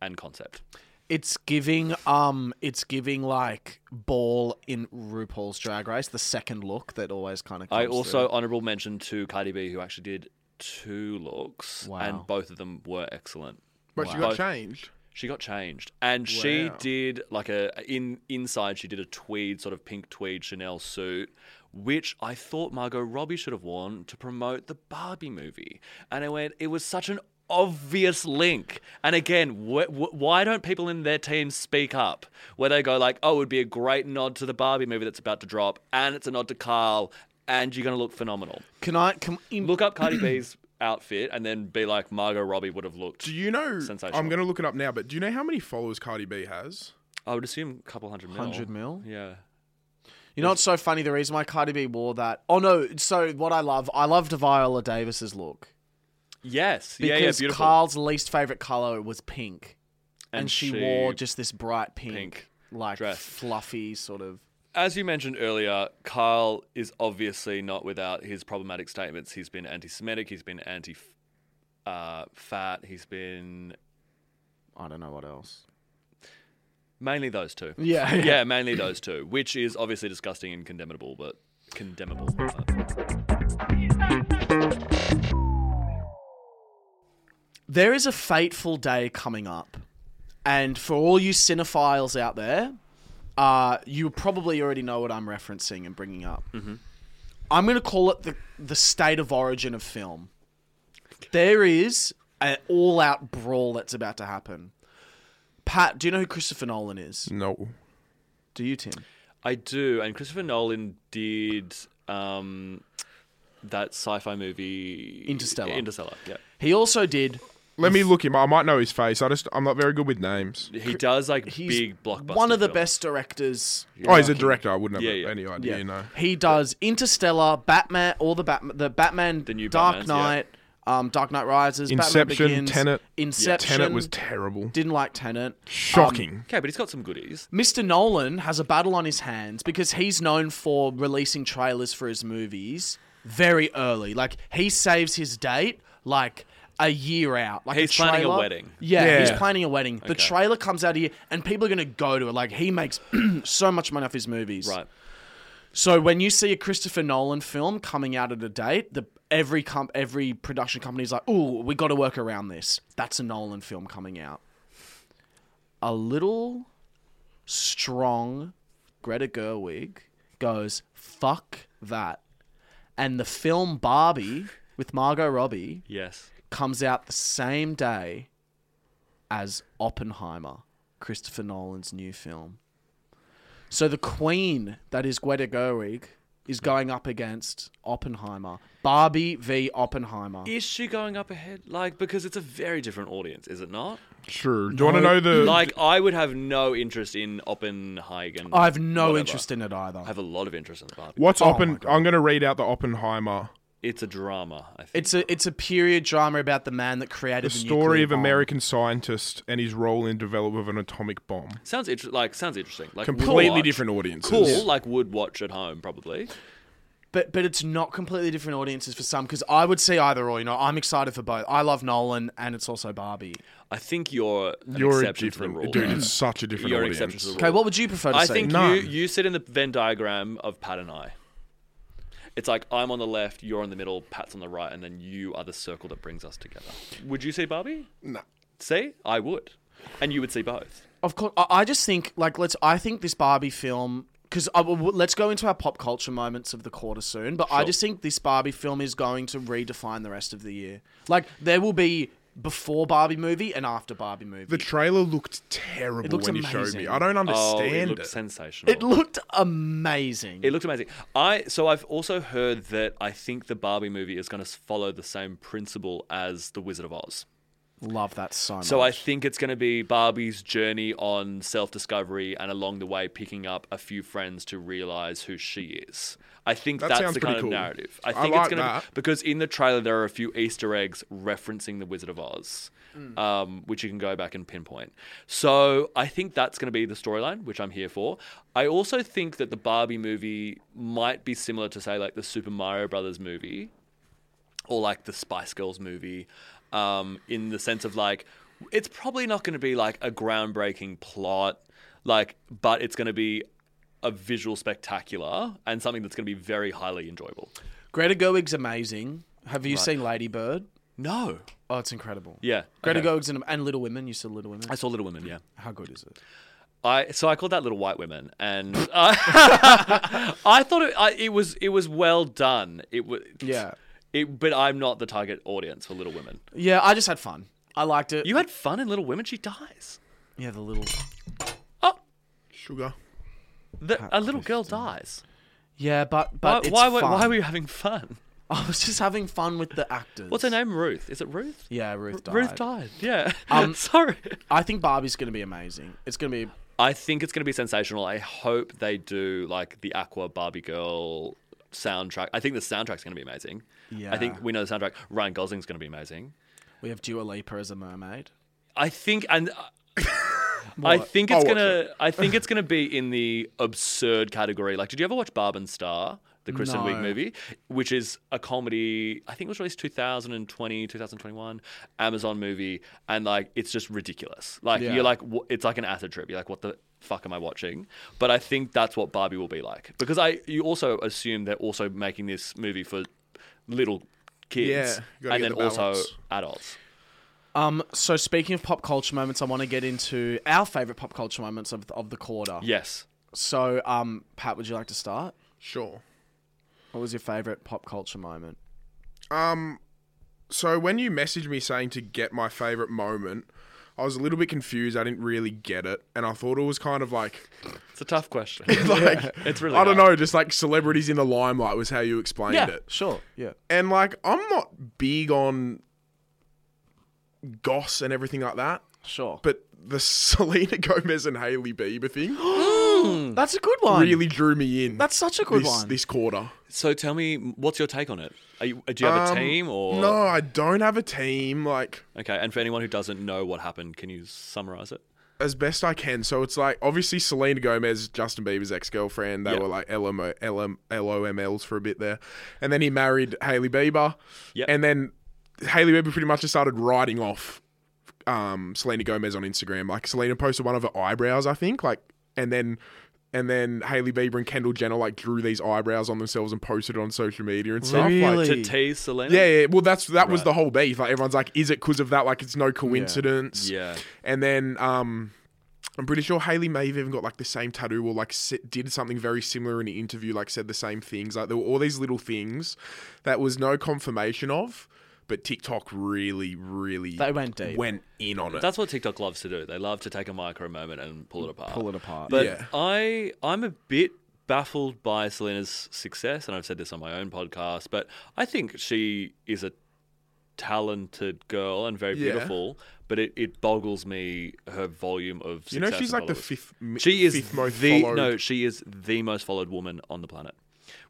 A: and concept.
C: It's giving um it's giving like ball in RuPaul's drag race, the second look that always kind of comes
A: I also
C: through.
A: honorable mention to Cardi B, who actually did two looks,
C: Wow.
A: and both of them were excellent.
B: But she
A: Both-
B: got changed.
A: She got changed, and she
B: Wow.
A: did like a in inside. She did a tweed sort of pink tweed Chanel suit, which I thought Margot Robbie should have worn to promote the Barbie movie. And I went, it was such an obvious link. And again, wh- wh- why don't people in their team speak up? Where they go like, oh, it would be a great nod to the Barbie movie that's about to drop, and it's a nod to Carl, and you're gonna look phenomenal.
C: Can I can in-
A: Look up Cardi B's outfit, and then be like, Margot Robbie would have looked.
B: Do you know?
A: Sensational.
B: I'm going to look it up now, but do you know how many followers Cardi B has?
A: I would assume a couple hundred mil.
C: 100 mil?
A: Yeah.
C: You know what's so funny? The reason why Cardi B wore that Oh no, so what I love, I loved Viola Davis's look.
A: Yes.
C: Because
A: yeah, yeah, beautiful.
C: Carl's least favourite colour was pink. And, she, wore just this bright pink,
A: pink
C: like
A: dress.
C: fluffy sort of
A: As you mentioned earlier, Carl is obviously not without his problematic statements. He's been anti Semitic, he's been anti uh, fat, he's been
C: I don't know what else.
A: mainly those two.
C: Yeah, yeah.
A: Yeah, mainly those two, which is obviously disgusting and condemnable, but condemnable.
C: There is a fateful day coming up. And for all you cinephiles out there, uh, you probably already know what I'm referencing and bringing up.
A: Mm-hmm.
C: I'm going to call it the, the state of origin of film. There is an all out brawl that's about to happen. Pat, do you know who Christopher Nolan is?
B: No.
C: Do you, Tim?
A: I do, and Christopher Nolan did um, that sci fi movie
C: Interstellar.
A: Interstellar, yeah.
C: He also did.
B: Let me look him. I might know his face. I just I'm not very good with names.
A: He does like
C: He's
A: big blockbuster.
C: one of the
A: films.
C: best directors
B: Oh, he's a director. I wouldn't have
A: Yeah, yeah.
B: any idea.
C: Yeah,
B: You know.
C: he does Interstellar, Batman, all the Batman, the Batman, the
A: new
C: Dark
A: Batmans, yeah.
C: Knight, um, Dark Knight Rises,
B: Inception,
C: Batman Begins,
B: Tenet.
C: Inception.
B: Tenet was terrible.
C: didn't like Tenet.
B: Shocking.
A: Okay, but he's got some goodies.
C: Mr. Nolan has a battle on his hands because he's known for releasing trailers for his movies very early. Like he saves his date like a year out. Like
A: He's
C: a trailer.
A: planning a wedding.
C: Yeah, he's
B: Yeah.
C: planning a wedding. The
A: Okay.
C: trailer comes out here, and people are going to go to it. Like he makes so much money off his movies.
A: Right.
C: So when you see a Christopher Nolan film coming out at a date, the every comp, every production company's like, "Ooh, we got to work around this." That's a Nolan film coming out. A little strong Greta Gerwig goes, "Fuck that." And the film Barbie with Margot Robbie
A: Yes.
C: comes out the same day as Oppenheimer, Christopher Nolan's new film. So the queen that is Greta Gerwig is going up against Oppenheimer. Barbie v Oppenheimer.
A: Is she going up ahead? Like, because it's a very different audience, is it not?
B: True. Do you want to know the?
A: Like, I would have no interest in Oppenhagen.
C: I have no
A: whatever.
C: interest in it either.
A: I have a lot of interest in Barbie.
B: What's
C: Oh my
B: Oppen?
C: God.
B: I'm going to read out the Oppenheimer.
A: It's a drama, I think.
C: It's a it's a period drama about the man that created
B: The
C: the,
B: story
C: nuclear
B: of
C: bomb.
B: American scientist and his role in development of an atomic bomb.
A: sounds inter- like sounds interesting. Like would
B: Completely
A: watch.
B: different audiences.
A: Cool. Like would watch at home probably.
C: But but it's not completely different audiences for some because I would see either or. You know, I'm excited for both. I love Nolan and it's also Barbie.
A: I think you're an
B: You're a
A: exception to the
B: different
A: rule.
B: dude.
A: there.
B: It's such a different
A: You're an exception
B: audience.
A: to the rule.
C: Okay, what would you prefer to
A: I
C: see?
A: think
B: None.
A: you you sit in the Venn diagram of Pat and I. It's like I'm on the left, you're on the middle, Pat's on the right, and then you are the circle that brings us together. Would you see Barbie?
B: No.
A: See, I would, and you would see both.
C: Of course, I, I just think like let's. I think this Barbie film because let's go into our pop culture moments of the quarter soon. But I
A: Sure.
C: just think this Barbie film is going to redefine the rest of the year. Like there will be before Barbie movie and after Barbie movie.
B: The trailer looked terrible
C: looked
B: when you showed
C: amazing.
B: me. I don't
A: Oh, it
B: understand
A: looked
B: it.
A: sensational.
C: it looked amazing.
A: It looked amazing. I so I've also heard that I think the Barbie movie is going to follow the same principle as the Wizard of Oz.
C: Love that so much.
A: So I think it's going to be Barbie's journey on self-discovery and along the way picking up a few friends to realize who she is. I think
B: That
A: that's
B: sounds
A: the
B: pretty
A: kind
B: cool.
A: of narrative. I
B: I
A: think
B: like
A: it's going to
B: that.
A: because in the trailer there are a few Easter eggs referencing the Wizard of Oz,
B: Mm.
A: um, which you can go back and pinpoint. So I think that's going to be the storyline, which I'm here for. I also think that the Barbie movie might be similar to say like the Super Mario Brothers movie, or like the Spice Girls movie, um, in the sense of like, it's probably not going to be like a groundbreaking plot, like, but it's going to be a visual spectacular and something that's going to be very highly enjoyable.
C: Greta Gerwig's amazing. Have you seen Lady Bird?
A: No,
C: Oh, it's incredible.
A: yeah,
C: Greta
A: okay.
C: Gerwig's and, and Little Women. You saw Little Women?
A: I saw Little Women. Yeah,
C: How good is it?
A: I so I called that Little White Women, and I- I thought it, I, it was it was well done. It was
C: Yeah.
A: It, but I'm not the target audience for Little Women.
C: Yeah, I just had fun. I liked it.
A: You had fun in Little Women. She dies.
C: yeah, the little.
A: Oh,
B: Sugar.
A: the, a little girl dies.
C: Yeah, but but it's
A: why, why,
C: fun.
A: why were you having fun?
C: I was just having fun with the actors.
A: What's her name? Ruth. Is it Ruth?
C: Yeah, Ruth died.
A: Ruth died. Yeah.
C: Um,
A: Sorry.
C: I think Barbie's gonna be amazing. It's gonna be
A: I think it's going to be sensational. I hope they do like the Aqua Barbie Girl soundtrack. I think the soundtrack's going to be amazing. I think
C: Yeah.
A: we know the soundtrack. Ryan Gosling's going to be amazing.
C: we have Dua Lipa as a mermaid.
A: I think and uh, I think it's
B: I'll watch
A: gonna I think it's gonna be in the absurd category. Like, did you ever watch Barb and Star, the Kristen Wiig
C: No.
A: movie, which is a comedy? I think it was released 2020, 2021, Amazon movie, and like it's just ridiculous. Like
C: Yeah.
A: you're like wh- it's like an acid trip. You're like, what the fuck am I watching? But I think that's what Barbie will be like because I you also assume they're also making this movie for little kids
B: Yeah, gotta
A: and
B: get
A: then
B: the
A: also
B: balance.
A: adults.
C: Um, so speaking of pop culture moments, I want to get into our favorite pop culture moments of of the quarter.
A: Yes.
C: So, um, Pat, would you like to start?
B: Sure.
C: What was your favorite pop culture moment?
B: Um, so when you messaged me saying to get my favorite moment, I was a little bit confused. I didn't really get it, and I thought it was kind of like,
A: It's a tough question.
B: like
A: It's really
B: I don't
A: hard.
B: know, just like celebrities in the limelight was how you explained
A: Yeah.
B: it.
C: Sure. Yeah.
B: And like, I'm not big on goss and everything like that,
C: Sure.
B: but the Selena Gomez and Haley Bieber thing
C: That's a good one.
B: really drew me in.
C: That's such a good
B: this,
C: one.
B: This quarter.
A: So tell me, what's your take on it? Are you, do you have
B: Um,
A: a team or
B: No, I don't have a team. Like.
A: Okay, and for anyone who doesn't know what happened, can you summarize it?
B: as best I can. So it's like obviously Selena Gomez, Justin Bieber's ex girlfriend. They
A: Yep.
B: were like LMO, LM, LOMLs for a bit there, and then he married Haley Bieber.
A: Yep.
B: And then Haley Bieber pretty much just started writing off um, Selena Gomez on Instagram. Like Selena posted one of her eyebrows, I think. Like and then. And then Haley Bieber and Kendall Jenner like drew these eyebrows on themselves and posted it on social media and stuff. Like,
C: Really?
A: To tease Selena?
B: yeah, yeah. Well, that's that was the whole beef. Like everyone's like, is it because of that? Like it's no coincidence.
A: Yeah.
B: And then um, I'm pretty sure Haley may have even got like the same tattoo or like s- did something very similar in an interview, like said the same things. Like there were all these little things that was no confirmation of, but TikTok really, really
C: They went deep.
B: went in on it.
A: That's what TikTok loves to do. They love to take a micro moment and pull it apart.
C: Pull it apart.
A: But
B: Yeah.
A: I, I'm a bit baffled by Selena's success, and I've said this on my own podcast, but I think she is a talented girl and very
B: Yeah.
A: beautiful, but it, it boggles me her volume of success.
B: you know, she's
A: and
B: like the
A: followers.
B: fifth. m-
A: She is
B: fifth most
A: the
B: followed.
A: no. She is the most followed woman on the planet,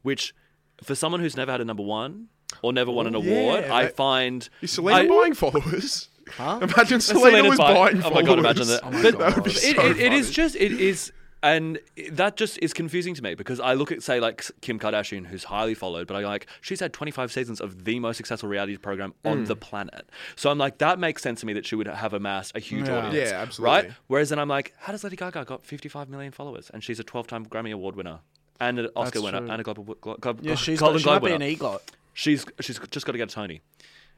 A: which for someone who's never had a number one or never won an
B: Oh,
A: award,
B: yeah,
A: I
B: that-
A: find
B: Is Selena
A: I-
B: buying followers?
C: Huh?
B: Imagine Selena,
A: Selena
B: was
A: buy-
B: buying
A: Oh my
B: followers.
A: god, imagine that!
C: my
A: But
C: God.
B: That would be
A: it-
B: so
A: it- it is
B: funny.
A: just it is. And that just is confusing to me because I look at, say, like Kim Kardashian, who's highly followed, but I like she's had 25 seasons of the most successful reality program on the planet. So I'm like, that makes sense to me that she would have amassed a huge
C: Yeah.
A: audience,
B: Yeah, absolutely.
A: right? Whereas then I'm like, how does Lady Gaga got 55 million followers and she's a 12 time Grammy Award winner? and an Oscar
C: That's
A: winner
C: true.
A: and a Globe, Glo- Glo-
C: Yeah, she's got,
A: Golden
C: she
A: Globe
C: might
A: winner.
C: be an E EGOT.
A: she's she's just got to get a Tony,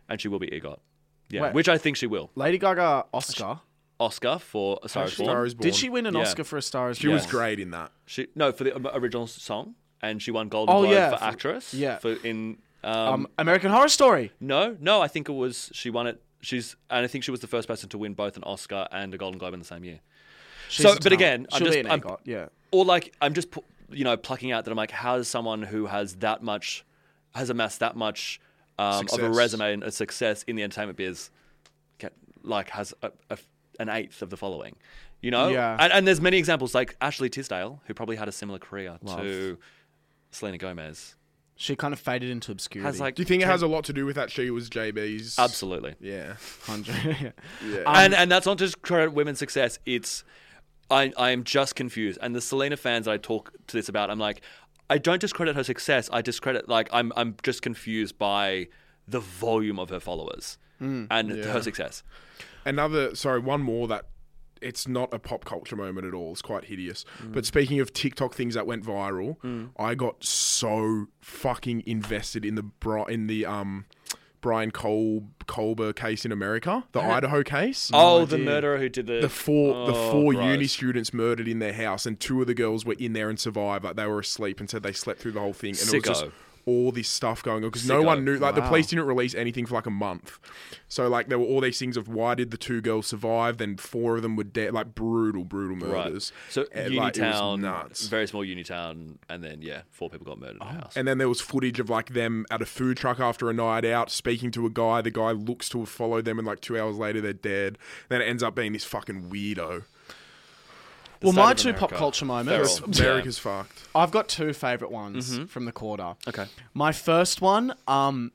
A: and she will be E EGOT. Yeah,
C: Wait.
A: which I think she will.
C: Lady Gaga Oscar.
A: Oscar for A Star Is
C: Actually,
A: Born.
B: Star is Born.
C: Did she win an
A: Yeah.
C: Oscar for A Star Is
B: She
C: Born?
B: was great in that.
A: She no for the um, original song, and she won Golden
C: Oh,
A: Globe
C: yeah,
A: for
C: for-
A: actress.
C: yeah.
A: for in um,
C: Um, American Horror Story.
A: no no I think it was she won it. She's and I think she was the first person to win both an Oscar and a Golden Globe in the same year.
C: She's
A: So,
C: a
A: but
C: talent.
A: again, I'm
C: She'll
A: just-
C: be an
A: I'm-
C: EGOT. Yeah.
A: or like I'm just pu- you know plucking out that I'm like, how does someone who has that much has amassed that much um, of a
B: Success.
A: resume and a success in the entertainment biz, get, like has a, a, an eighth of the following, you know?
C: Yeah.
A: And, and there's many examples like Ashley Tisdale, who probably had a similar career to Selena Gomez,
C: She kind of faded into obscurity.
A: has like
B: Do you think it has a lot to do with that she was JB's?
A: absolutely.
B: Yeah.
C: hundred.
B: Yeah.
C: Um,
A: and and that's not just credit women's success. It's I I am just confused. And the Selena fans that I talk to this about, I'm like, I don't discredit her success. I discredit like I'm I'm just confused by the volume of her followers
C: Hmm.
A: and her success.
B: Another, sorry, one more that it's not a pop culture moment at all. It's quite hideous. But speaking of TikTok things that went viral, I got so fucking invested in the Bri- in the um Brian Col- Colber case in America, the Idaho case.
A: Oh, the murderer who did the
B: The four, the
A: Oh,
B: four
A: gross.
B: uni students murdered in their house, and two of the girls were in there and survived. Like they were asleep and said they slept through the whole thing, and it was
A: Sicko.
B: just all this stuff going on because no
A: Sicko.
B: one knew. Like the
C: Wow.
B: police didn't release anything for like a month, so like there were all these things of why did the two girls survive? Then four of them were dead. Like brutal, brutal murders.
C: Eh,
A: So
B: And,
A: Unitown,
B: like, it was nuts.
A: very small Unitown, and then yeah, four people got murdered in
C: Oh.
A: the house.
B: And then there was footage of like them at a food truck after a night out, speaking to a guy. The guy looks to have followed them, and like two hours later, they're dead. Then it ends up being this fucking weirdo.
A: The
C: Well,
A: state
C: my
A: of
C: two pop
A: America.
C: culture moments.
A: Feral. Yeah.
B: America's fucked.
C: I've got two favorite ones from the quarter.
A: Mm-hmm. Okay.
C: My first one, um,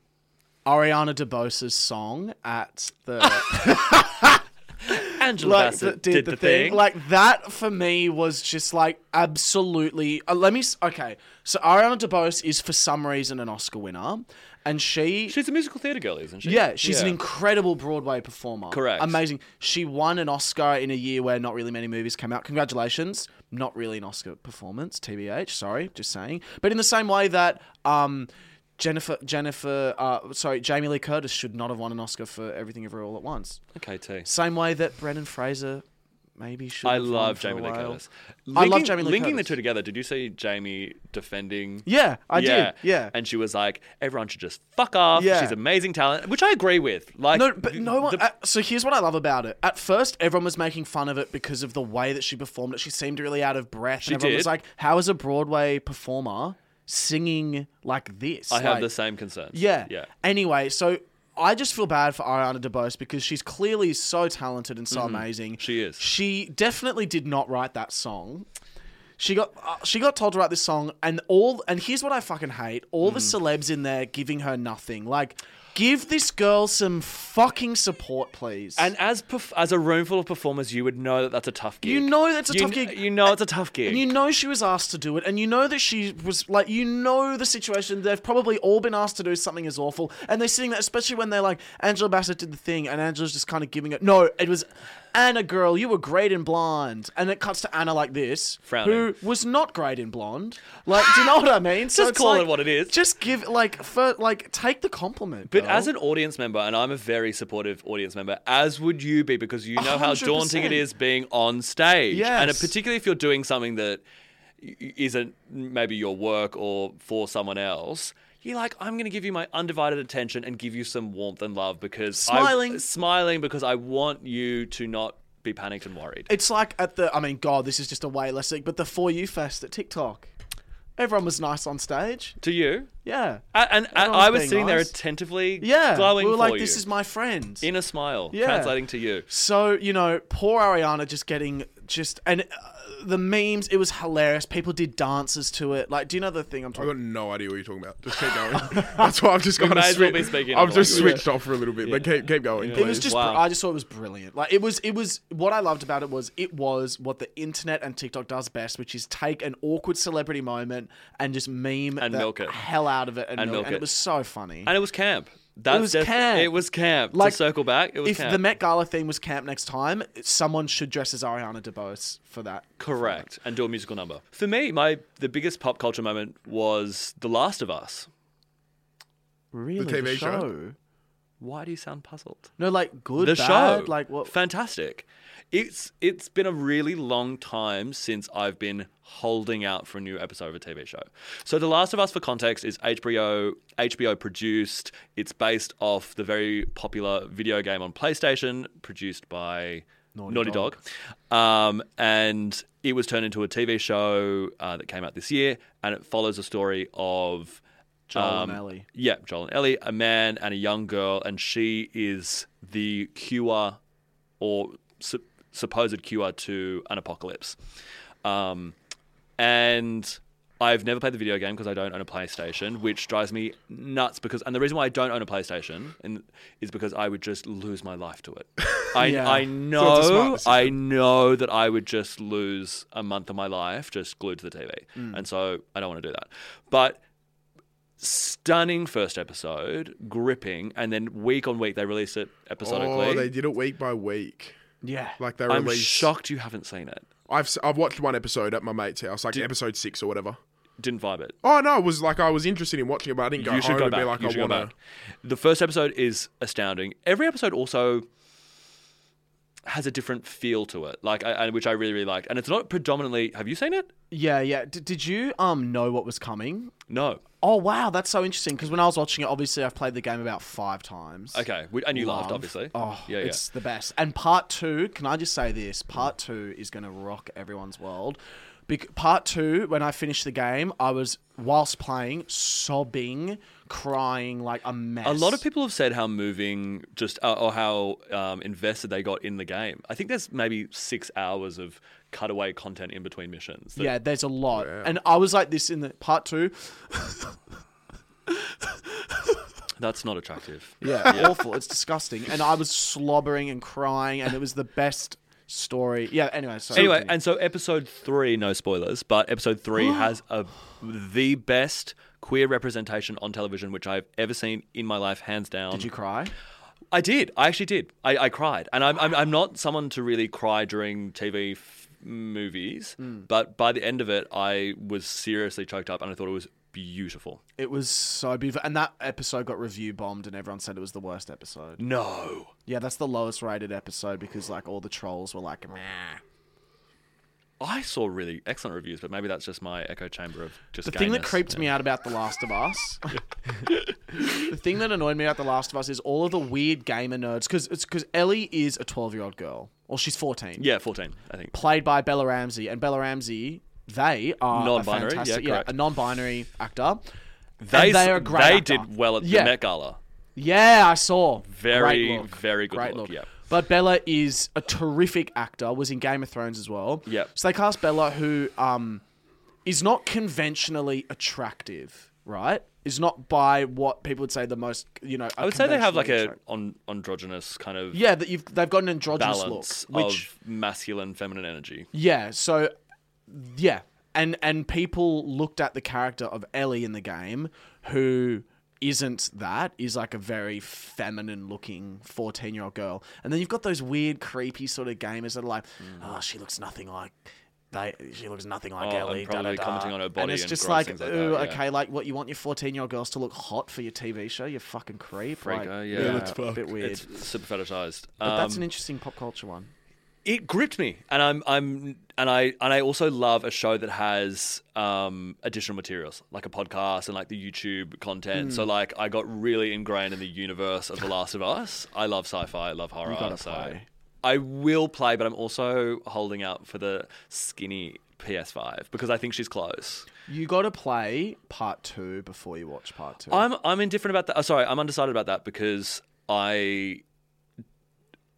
C: Ariana DeBose's song at the
A: Angela
C: like
A: Bassett
C: th- did, the, thing.
A: Like,
C: Like that for me was just like absolutely. Uh, let me. s- Okay, so Ariana DeBose is for some reason an Oscar winner, and she.
A: she's a musical theatre girl, isn't she?
C: yeah, she's an
A: Yeah.
C: incredible Broadway performer.
A: Correct.
C: Amazing. She won an Oscar in a year where not really many movies came out. Congratulations. Not really an Oscar performance, TBH. Sorry, just saying. But in the same way that um, Jennifer, Jennifer, uh, sorry, Jamie Lee Curtis should not have won an Oscar for Everything Everywhere All at Once.
A: Okay, T.
C: Same way that Brendan Fraser maybe should.
A: I
C: have won
A: love
C: for a
A: Jamie Lee
C: while.
A: Curtis.
C: I love
A: Linking-
C: Jamie Lee
A: Linking
C: Curtis.
A: the two together, did you see Jamie defending?
C: Yeah, I did. Yeah.
A: And she was like, everyone should just fuck off.
C: Yeah.
A: She's amazing talent, which I agree with. Like,
C: no, but no one.
A: the-
C: uh, so here's what I love about it. At first, everyone was making fun of it because of the way that she performed it. She seemed really out of breath. She and everyone was
A: did.
C: like, "How is a Broadway performer singing like this?"
A: I have
C: Like,
A: the same concerns.
C: Yeah.
A: Yeah.
C: Anyway, so I just feel bad for Ariana DeBose because she's clearly so talented and so amazing.
A: Mm-hmm. She is.
C: She definitely did not write that song. She got uh, she got told to write this song, and all and here's what I fucking hate: all the
A: Mm.
C: celebs in there giving her nothing. Like, give this girl some fucking support, please.
A: And as perf- as a room full of performers, you would know that that's a tough gig.
C: You know that's a
A: You
C: tough
A: kn-
C: gig.
A: You know it's a tough gig.
C: And you know she was asked to do it, and you know that she was like, you know the situation. They've probably all been asked to do something as awful, and they're sitting there, especially when they're like, Angela Bassett did the thing, and Angela's just kind of giving it. No, it was Anna, girl, you were great in Blonde, and it cuts to Anna like this,
A: Frowning.
C: who was not great in Blonde. Like, do you know what I mean? So
A: Just
C: it's
A: call it
C: like-
A: what it is.
C: Just give like, for, like, take the compliment.
A: But as an audience member, and I'm a very supportive audience member, as would you be, because you know how
C: 100%.
A: daunting it is being on stage. And
C: Yes.
A: particularly if you're doing something that y- y- isn't maybe your work or for someone else. You're like, I'm going to give you my undivided attention and give you some warmth and love because I,
C: Smiling.
A: smiling because I want you to not be panicked and worried.
C: It's like at the. I mean, God, this is just a way less thing. But the for you fest at TikTok, everyone was nice on stage.
A: to you,
C: Yeah.
A: A- and, and
C: Everyone's
A: I was
C: being
A: sitting there
C: nice.
A: attentively,
C: Yeah.
A: glowing
C: we were
A: for
C: like,
A: you
C: this is my friend.
A: in a smile,
C: Yeah.
A: translating to you.
C: so, you know, poor Ariana just getting just. And uh, the memes, it was hilarious. People did dances to it. Like, do you know the thing I'm
B: I've
C: talking
B: got no idea what you're talking about. Just keep going. That's why I've just got.
A: may as well be speaking
B: I've
A: other
B: just
A: language.
B: switched off for a little bit, but keep keep going.
C: It was
B: please.
C: just.
A: Wow.
C: br- I just thought it was brilliant. Like it was. It was. What I loved about it was it was what the internet and TikTok does best, which is take an awkward celebrity moment and just meme
A: And
C: the
A: milk it.
C: hell out of it and, milk,
A: milk
C: it. And
A: it.
C: it was so funny.
A: And it was camp. That's
C: was
A: def-
C: camp.
A: It was camp.
C: Like,
A: to circle back, it was
C: if
A: camp.
C: the Met Gala theme was camp next time, someone should dress as Ariana DeBose for that.
A: Correct, and do a musical number. For me, my the biggest pop culture moment was The Last of Us.
C: Really,
B: TV
C: the
B: show?
A: Why do you sound puzzled?
C: No, like good,
A: the
C: bad,
A: show,
C: like what?
A: Fantastic. It's it's been a really long time since I've been holding out for a new episode of a TV show. So The Last of Us, for context, is HBO HBO produced. It's based off the very popular video game on PlayStation, produced by
C: Naughty
A: Naughty,
C: Dog.
A: Dog. Um, and it was turned into a TV show uh, that came out this year, and it follows the story of
C: Joel
A: um,
C: and Ellie.
A: Yeah, Joel and Ellie, a man and a young girl, and she is the cure or su- supposed cure to an apocalypse. Um, and I've never played the video game because I don't own a PlayStation, which drives me nuts. Because and the reason why I don't own a PlayStation and is because I would just lose my life to it. I
C: Yeah.
A: I
B: So it's a smart
A: know
B: decision.
A: I know that I would just lose a month of my life just glued to the TV, and so I don't want to do that. But stunning first episode, gripping, and then week on week they release it episodically.
B: Oh, they did it week by week.
C: Yeah,
B: Like they
A: I'm
B: released.
A: shocked you haven't seen it.
B: I've s- I've watched one episode at my mate's house, like episode six or whatever.
A: Didn't vibe it.
B: Oh no, it was like I was interested in watching it, but I didn't go
A: you should
B: home
A: go
B: and
A: back.
B: be like,
A: you should
B: I
A: go
B: want
A: back. The first episode is astounding. Every episode also has a different feel to it, like I, I- which I really really liked. And it's not predominantly. Have you seen it?
C: yeah, yeah. D- did you um know what was coming?
A: No.
C: Oh wow, that's so interesting. Because when I was watching it, obviously I've played the game about five times.
A: Okay, we, and you laughed
C: Love.
A: obviously.
C: Oh,
A: yeah, yeah.
C: it's the best. And part two, can I just say this? Part two is going to rock everyone's world. Bec- part two, when I finished the game, I was whilst playing sobbing, crying like a mess.
A: A lot of people have said how moving, just uh, or how um, invested they got in the game. I think there's maybe six hours of cutaway content in between missions. that-
C: Yeah, there's a lot. And I was like this in the part two.
A: That's not attractive.
C: Yeah, awful. It's disgusting. And I was slobbering and crying, and it was the best story. Yeah. Anyway, so
A: anyway, and so episode three, no spoilers, but episode three has a the best queer representation on television which I've ever seen in my life, hands down.
C: did you cry?
A: I did. I actually did. I, I cried, and I'm, I'm I'm not someone to really cry during TV f- movies,
C: Hmm.
A: but by the end of it, I was seriously choked up, and I thought it was beautiful.
C: It was so beautiful. And that episode got review bombed, and everyone said it was the worst episode.
A: No.
C: Yeah, that's the lowest rated episode because like all the trolls were like, "Meh."
A: I saw really excellent reviews, but maybe that's just my echo chamber of just
C: the thing that
A: gayness.
C: creeped me out about The Last of Us. the thing that annoyed me about The Last of Us is all of the weird gamer nerds because it's because Ellie is a twelve year old girl or she's fourteen.
A: Yeah, fourteen, I think.
C: played by Bella Ramsey, and Bella Ramsey, they are
A: Non-binary,
C: a
A: yeah,
C: fantastic,
A: correct.
C: a non-binary actor.
A: They
C: and they
A: s-
C: are a great.
A: They
C: actor.
A: did well at
C: Yeah.
A: the Met Gala.
C: Yeah, I saw.
A: Very,
C: Great look.
A: very good
C: Great
A: look, yeah.
C: But Bella is a terrific actor. Was in Game of Thrones as well.
A: Yep.
C: So they cast Bella, who um, is not conventionally attractive, right? Is not by what people would say the most, you know.
A: I would say they have like a on, androgynous kind of
C: yeah that you've they've got an androgynous
A: balance
C: look, which
A: of masculine, feminine energy.
C: Yeah, so yeah. And and people looked at the character of Ellie in the game who isn't that is like a very feminine looking 14 year old girl and then you've got those weird creepy sort of gamers that are like oh she looks nothing like they she looks nothing like
A: Hmm. Oh, and
C: Ellie da, da,
A: probably
C: da."
A: commenting on her
C: and
A: body
C: it's
A: and
C: just
A: gross
C: like,
A: things like that,
C: "Ooh,
A: yeah.
C: okay like what you want your 14 year old girls to look hot for your TV show you fucking creep like,
A: Freako, yeah. Yeah,
B: it's
C: a bit
B: fucked.
C: weird
A: It's super fetishized.
C: but that's
A: Um,
C: an interesting pop culture one
A: it gripped me, and I'm I'm and I and I also love a show that has um, additional materials like a podcast and like the YouTube content.
C: Hmm.
A: So like I got really ingrained in the universe of The Last of Us. I love sci-fi, I love horror.
C: gotta
A: so
C: play.
A: I will play, but I'm also holding out for the skinny PS5 because I think she's close.
C: You got to play part two before you watch part two.
A: I'm I'm indifferent about that. Oh, sorry, I'm undecided about that because I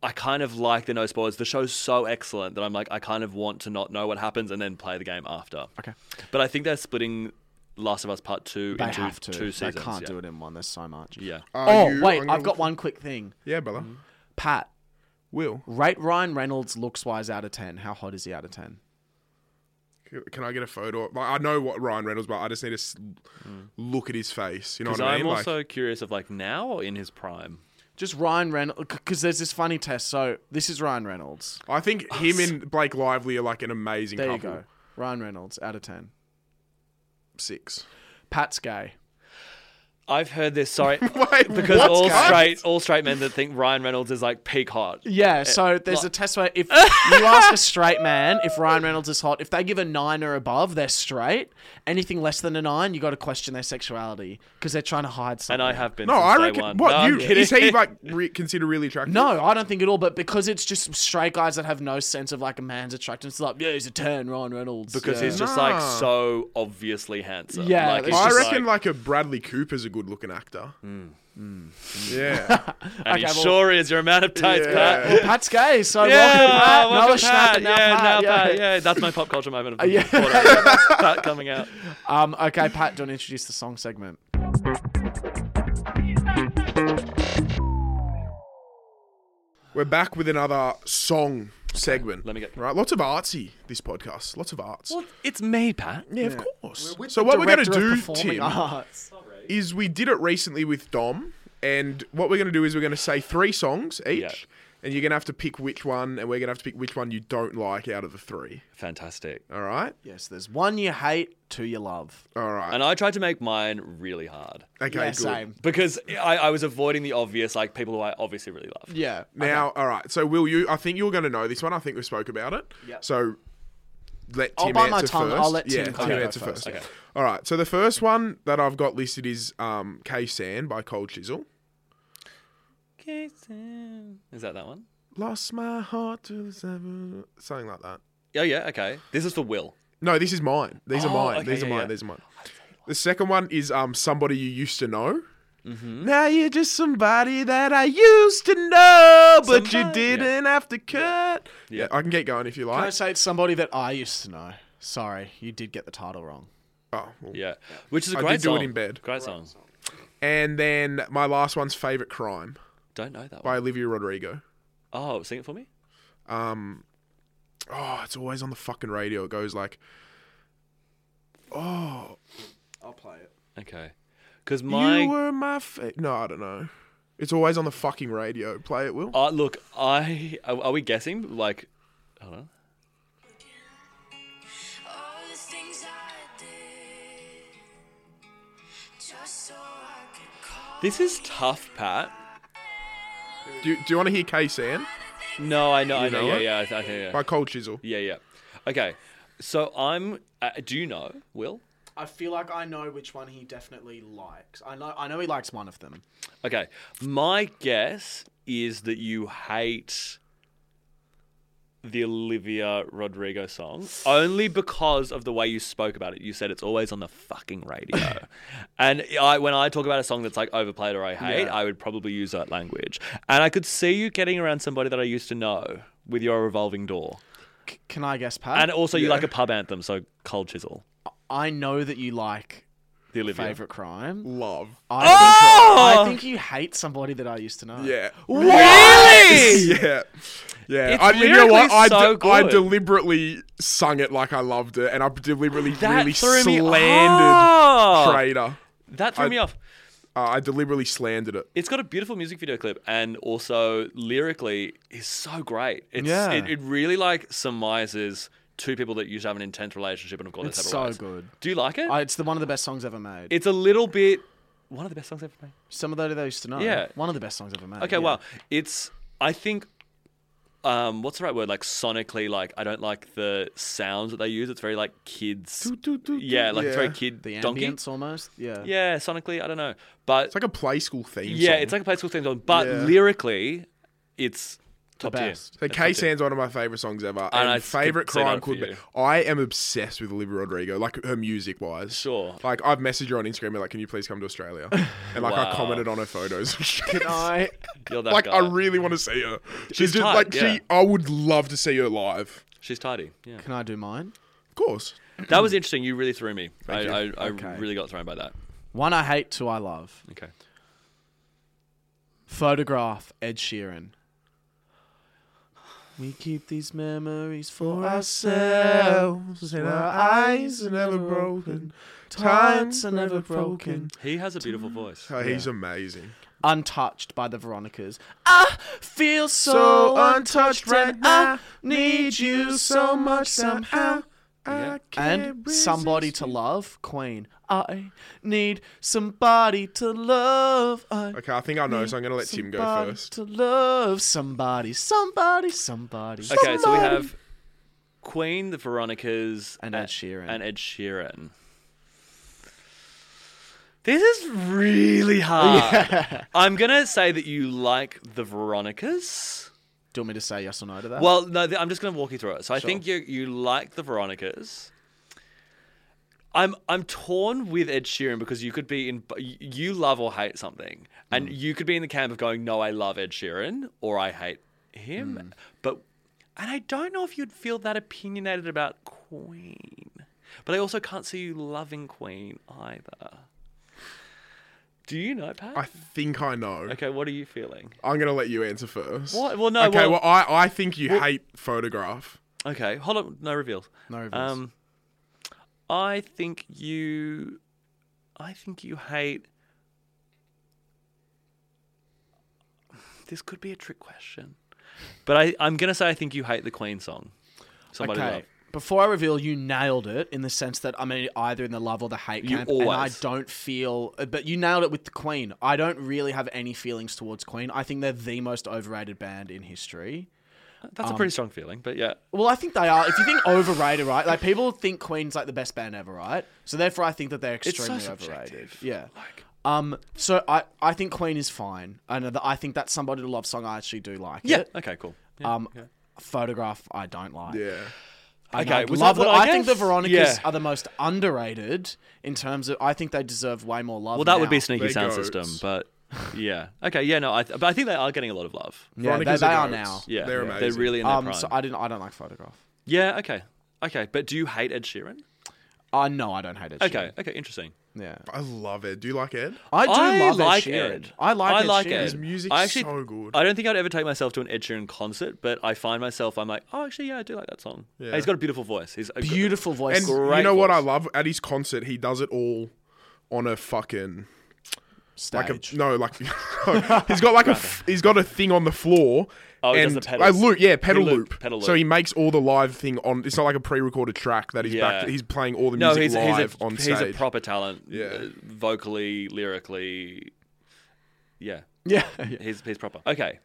A: I kind of like the no spoilers. The show's so excellent that I'm like I kind of want to not know what happens and then play the game after.
C: okay.
A: But I think they're splitting Last of Us Part Two
C: They
A: into
C: have to.
A: two seasons.
C: they can't
A: yeah.
C: do it in one. There's so much.
A: Yeah.
B: Are
C: Oh
B: you-
C: wait,
B: I'm
C: I've
B: gonna-
C: got one quick thing.
B: Yeah, Bella.
A: Mm.
C: Pat,
B: Will.
C: rate Ryan Reynolds looks wise out of ten. How hot is he out of ten?
B: Can I get a photo? Like, I know what Ryan Reynolds, but I just need to s- look at his face. You know
A: Because
B: what I
A: Mm. I'm
B: mean?
A: also curious of like now or in his prime.
C: Just Ryan Reynolds, because there's this funny test. So this is Ryan Reynolds.
B: like, I think him and Blake Lively are like an amazing
C: There
B: couple.
C: you go. Ryan Reynolds out of ten.
B: Six.
C: Pat's gay.
A: I've heard this. Sorry,
B: Wait,
A: because
B: what?
A: all
B: guys?
A: straight all straight men that think Ryan Reynolds is like peak hot.
C: Yeah, so there's a test where if you ask a straight man if Ryan Reynolds is hot, if they give a nine or above, they're straight. Anything less than a nine, you got to question their sexuality because they're trying to hide something.
A: And I have been.
B: No,
A: since
B: I
A: day
B: reckon.
A: One.
B: What
A: No, I'm
B: you
A: kidding.
B: is he like re- considered really attractive?
C: No, I don't think at all. But because it's just straight guys that have no sense of like a man's attraction, it's like yeah, he's a ten, Ryan Reynolds.
A: because
C: yeah.
A: he's just like
B: Nah.
A: so obviously handsome.
C: Yeah,
A: like,
C: that's
A: it's
B: I
A: just
B: reckon like, a Bradley Cooper's a good looking actor. Mm. Yeah.
A: like- and he
C: Okay, well-
A: sure is. Your amount of tights, Pat.
B: yeah.
C: Pat's gay. So
A: Yeah,
C: welcome Pat.
A: oh, welcome
C: Noah Schnapp
A: Pat.
C: and now
A: yeah,
C: Pat.
A: now Pat.
C: yeah.
A: Yeah, that's my pop culture moment of the
C: yeah.
A: quarter. That's Pat coming out.
C: Um, okay, Pat, do you want to introduce the song segment?
B: We're back with another song segment.
A: let me get-
B: right. Lots of artsy this podcast. Lots of arts.
A: Well, it's me, Pat.
B: yeah, of course. So what we're going to do, Tim, is we did it recently with Dom, and what we're going to do is we're going to say three songs each,
A: Yeah.
B: and you're going to have to pick which one, and we're going to have to pick which one you don't like out of the three.
A: Fantastic.
B: All right.
C: Yes, there's one you hate, two you love.
B: All right.
A: And I tried to make mine really hard
B: Okay.
C: yeah,
B: good.
C: same.
A: because I, I was avoiding the obvious, like people who I obviously really love.
C: Yeah.
B: Now, all right. So, will you? I think you're going to know this one. I think we spoke about it.
C: Yep.
B: So, let
C: I'll
B: Tim
C: bite
B: answer
C: my tongue.
B: first.
C: I'll let Tim
B: yeah,
C: go
B: answer
C: first.
B: first.
A: Okay.
B: All right. So the first one that I've got listed is um, "K Sand" by Cold Chisel.
A: Is that that one?
B: Lost my heart to the seven, something like that.
A: Oh yeah. Okay. This is for Will.
B: No, this is mine. These are
A: Oh,
B: mine.
A: okay,
B: These are
A: yeah,
B: mine.
A: yeah.
B: These are mine. The second one is um, "Somebody You Used to Know." Now you're just somebody that I used to know, but you
A: Somebody- yeah.
B: didn't have to cut. Yeah.
A: Yeah.
B: I can get going if you
C: Can I
B: like.
C: say it's somebody that I used to know? Sorry, you did get the title wrong.
B: Oh, well,
A: Yeah. Which is a
B: I
A: great
B: did do it
A: song.
B: in bed.
A: Great song.
B: And then my last one's Favorite Crime
A: Don't know that
B: by
A: one.
B: Olivia Rodrigo.
A: Oh, sing it for me.
B: Um, oh, it's always on the fucking radio. It goes like, oh,
C: I'll play it.
A: Okay. Because my
B: you were my fa-. No, I don't know. It's always on the fucking radio. Play it, Will.
A: Uh, look, I are, are we guessing? Like, hold on.
D: All the things I did just so I could call
A: This is tough, Pat.
B: Do, do you want to hear K San
A: No, I know, I know,
B: know
A: yeah,
B: it?
A: yeah, I, th- I think, yeah.
B: by Cold Chisel?
A: yeah, yeah. Okay, so I'm. Uh, do you know Will?
C: I feel like I know which one he definitely likes. I know I know he likes one of them.
A: Okay, my guess is that you hate the Olivia Rodrigo song only because of the way you spoke about it. You said it's always on the fucking radio, and I, when I talk about a song that's like overplayed or I hate, I would probably use that language. And I could see you getting around somebody that I used to know with your revolving door,
C: C- can I guess, Pat?
A: and also you like a pub anthem, so Cold Chisel,
C: I know that you like
A: the Olivia.
C: favorite crime.
B: Love. Uh,
C: I,
A: Oh!
C: think, I think you hate somebody that I used to know.
B: Yeah.
A: Really?
B: yeah. Yeah.
A: It's
B: I, you know what?
A: lyrically
B: I,
A: so
B: I
A: good.
B: deliberately sung it like I loved it, and I deliberately
A: That
B: really
A: threw me
B: slandered
A: off.
B: Trader.
A: That threw
B: I-
A: me off.
B: Uh, I deliberately slandered it.
A: It's got a beautiful music video clip, and also lyrically is so great. It's,
C: Yeah.
A: it, it really like surmises two people that used to have an intense relationship and have gone their
C: It's
A: separate
C: so
A: ways.
C: good.
A: Do you like it?
C: I, it's the one of the best songs ever made.
A: it's a little bit one of the best songs ever made.
C: Somebody that I used to know.
A: Yeah.
C: One of the best songs ever made.
A: Okay,
C: yeah.
A: well, it's I think um, what's the right word? Like sonically, like I don't like the sounds that they use. It's very like kids.
B: Doo, doo, doo, doo.
A: yeah, like it's very
B: Yeah.
A: kid
C: The
A: donkey.
C: ambience almost. Yeah.
A: Yeah, sonically, I don't know, but
B: It's like a play school theme.
A: yeah,
B: song.
A: it's like a play school theme song, but
B: Yeah.
A: lyrically, it's top
C: best.
A: tier.
B: So K San's one of my favorite songs ever, and,
A: I could
B: favorite
A: see that
B: crime
A: for
B: could be.
A: you.
B: I am obsessed with Olivia Rodrigo, like her music wise.
A: Sure.
B: Like I've messaged her on Instagram, like, "Can you please come to Australia?" And like I
A: Wow.
B: commented on her photos.
C: Can I?
A: You're that
B: like
A: guy.
B: I really want to see her. She's just
A: tight,
B: like
A: yeah.
B: she. I would love to see her live.
A: She's tidy. Yeah,
C: Can I do mine?
B: Of course.
A: that was interesting. You really threw me. I,
B: you.
A: I, I
C: Okay.
A: really got thrown by that.
C: One I hate, two I love.
A: Okay.
C: Photograph Ed Sheeran. We keep these memories for
B: ourselves,
C: ourselves,
B: and
C: and
B: our
C: our
B: eyes
C: eyes
B: are
C: are
B: never
C: never
B: broken,
C: broken,
B: hearts
C: hearts
B: are
C: are
B: never
C: never
B: broken.
C: broken.
A: He has a beautiful voice.
B: Oh, he's amazing.
C: Untouched by the Veronicas. I feel so,
B: So untouched
C: untouched
B: right
C: right
B: now.
C: I need you so much somehow.
B: I
C: And somebody to love, Queen. I need somebody to love. I
B: Okay, I think I know, so I'm going to let Tim go
C: somebody
B: first.
C: To love somebody, somebody, somebody.
A: Okay, so we have Queen, the Veronicas,
C: And
A: a-
C: Ed Sheeran.
A: And Ed Sheeran. This is really hard. I'm gonna say that you like the Veronicas.
C: Do you want me to say yes or no to that?
A: Well, no, th- I'm just gonna walk you through it. So I think you you like the Veronicas. I'm I'm torn with Ed Sheeran because you could be in b- you love or hate something, and you could be in the camp of going, no, I love Ed Sheeran or I hate him, but and I don't know if you'd feel that opinionated about Queen, but I also can't see you loving Queen either. Do you know Pat?
B: I think I know.
A: okay, what are you feeling?
B: I'm going to let you answer first.
A: What? Well, no.
B: okay, well,
A: well,
B: I, I think you hate photograph.
A: Okay, hold on. No reveals.
C: No reveals.
A: Um, I think you. I think you hate. This could be a trick question, but I, I'm gonna say I think you hate the Queen song. Somebody
C: okay.
A: love.
C: Before I reveal, you nailed it in the sense that I'm in- either in the love or the hate
A: You
C: camp, and I
A: always.
C: don't feel. uh, But you nailed it with the Queen. I don't really have any feelings towards Queen. I think they're the most overrated band in history.
A: That's
C: um,
A: a pretty strong feeling, but yeah.
C: Well, I think they are. If you think overrated, right? Like people think Queen's like the best band ever, right? So therefore, I think that they're
A: It's so
C: extremely overrated.
A: subjective.
C: Yeah.
A: Like,
C: Um. So I I think Queen is fine. I know that I think that's somebody to love song. I actually do like
A: yeah.
C: it.
A: Okay. Cool. Yeah,
C: Um. Photograph I don't like.
B: Yeah.
C: And
A: Okay,
C: I
A: was
C: love
A: that
C: it.
A: what I
C: I think the
A: guessed?
C: Veronicas
A: Yeah.
C: are the most underrated in terms of. I think they deserve way more love.
A: Well, that would
C: now.
A: be sneaky
B: They
A: sound
B: goats.
A: system, but yeah. Okay. Yeah. No. I. Th- but I think they are getting a lot of love.
C: Yeah, they,
B: Veronica's
C: they
B: a
C: are
B: goat.
C: now.
A: Yeah.
B: They're
A: yeah,
B: amazing.
A: They're really in their
C: Um.
A: prime.
C: So I didn't. I don't like photograph.
A: yeah. Okay. Okay. But do you hate Ed Sheeran?
C: Uh, no, I don't hate it.
A: Okay. Okay. Interesting.
C: Yeah.
B: I love Ed. Do you like Ed?
C: I do
A: I
C: love
A: like
C: Ed Sheeran.
A: Ed.
C: I like.
A: I
C: Ed
A: like
C: Sheeran.
A: Ed.
B: His music's
A: I actually-
B: so good.
A: I don't think I'd ever take myself to an Ed Sheeran concert, but I find myself, I'm like, oh, actually, yeah, I do like that song. And He's got a beautiful voice. He's a good-
C: Beautiful voice.
B: And
A: Great
B: you know what I
A: voice.
B: love? At his concert, he does it all on a fucking
C: stage.
B: like a no, like no. he's got like a f- he's got a thing on the floor.
A: Oh, he
B: and
A: does the pedals.
B: A loop, yeah, pedal
A: He loop,
B: loop.
A: pedal
B: So
A: loop.
B: he makes all the live thing on. It's not like a pre-recorded track that he's back.
A: Yeah.
B: He's playing all the
A: no,
B: music
A: he's,
B: live
A: he's, a,
B: on
A: he's
B: stage.
A: a proper talent.
B: Yeah.
A: uh, vocally, lyrically. Yeah.
C: yeah. yeah.
A: He's, he's proper. Okay.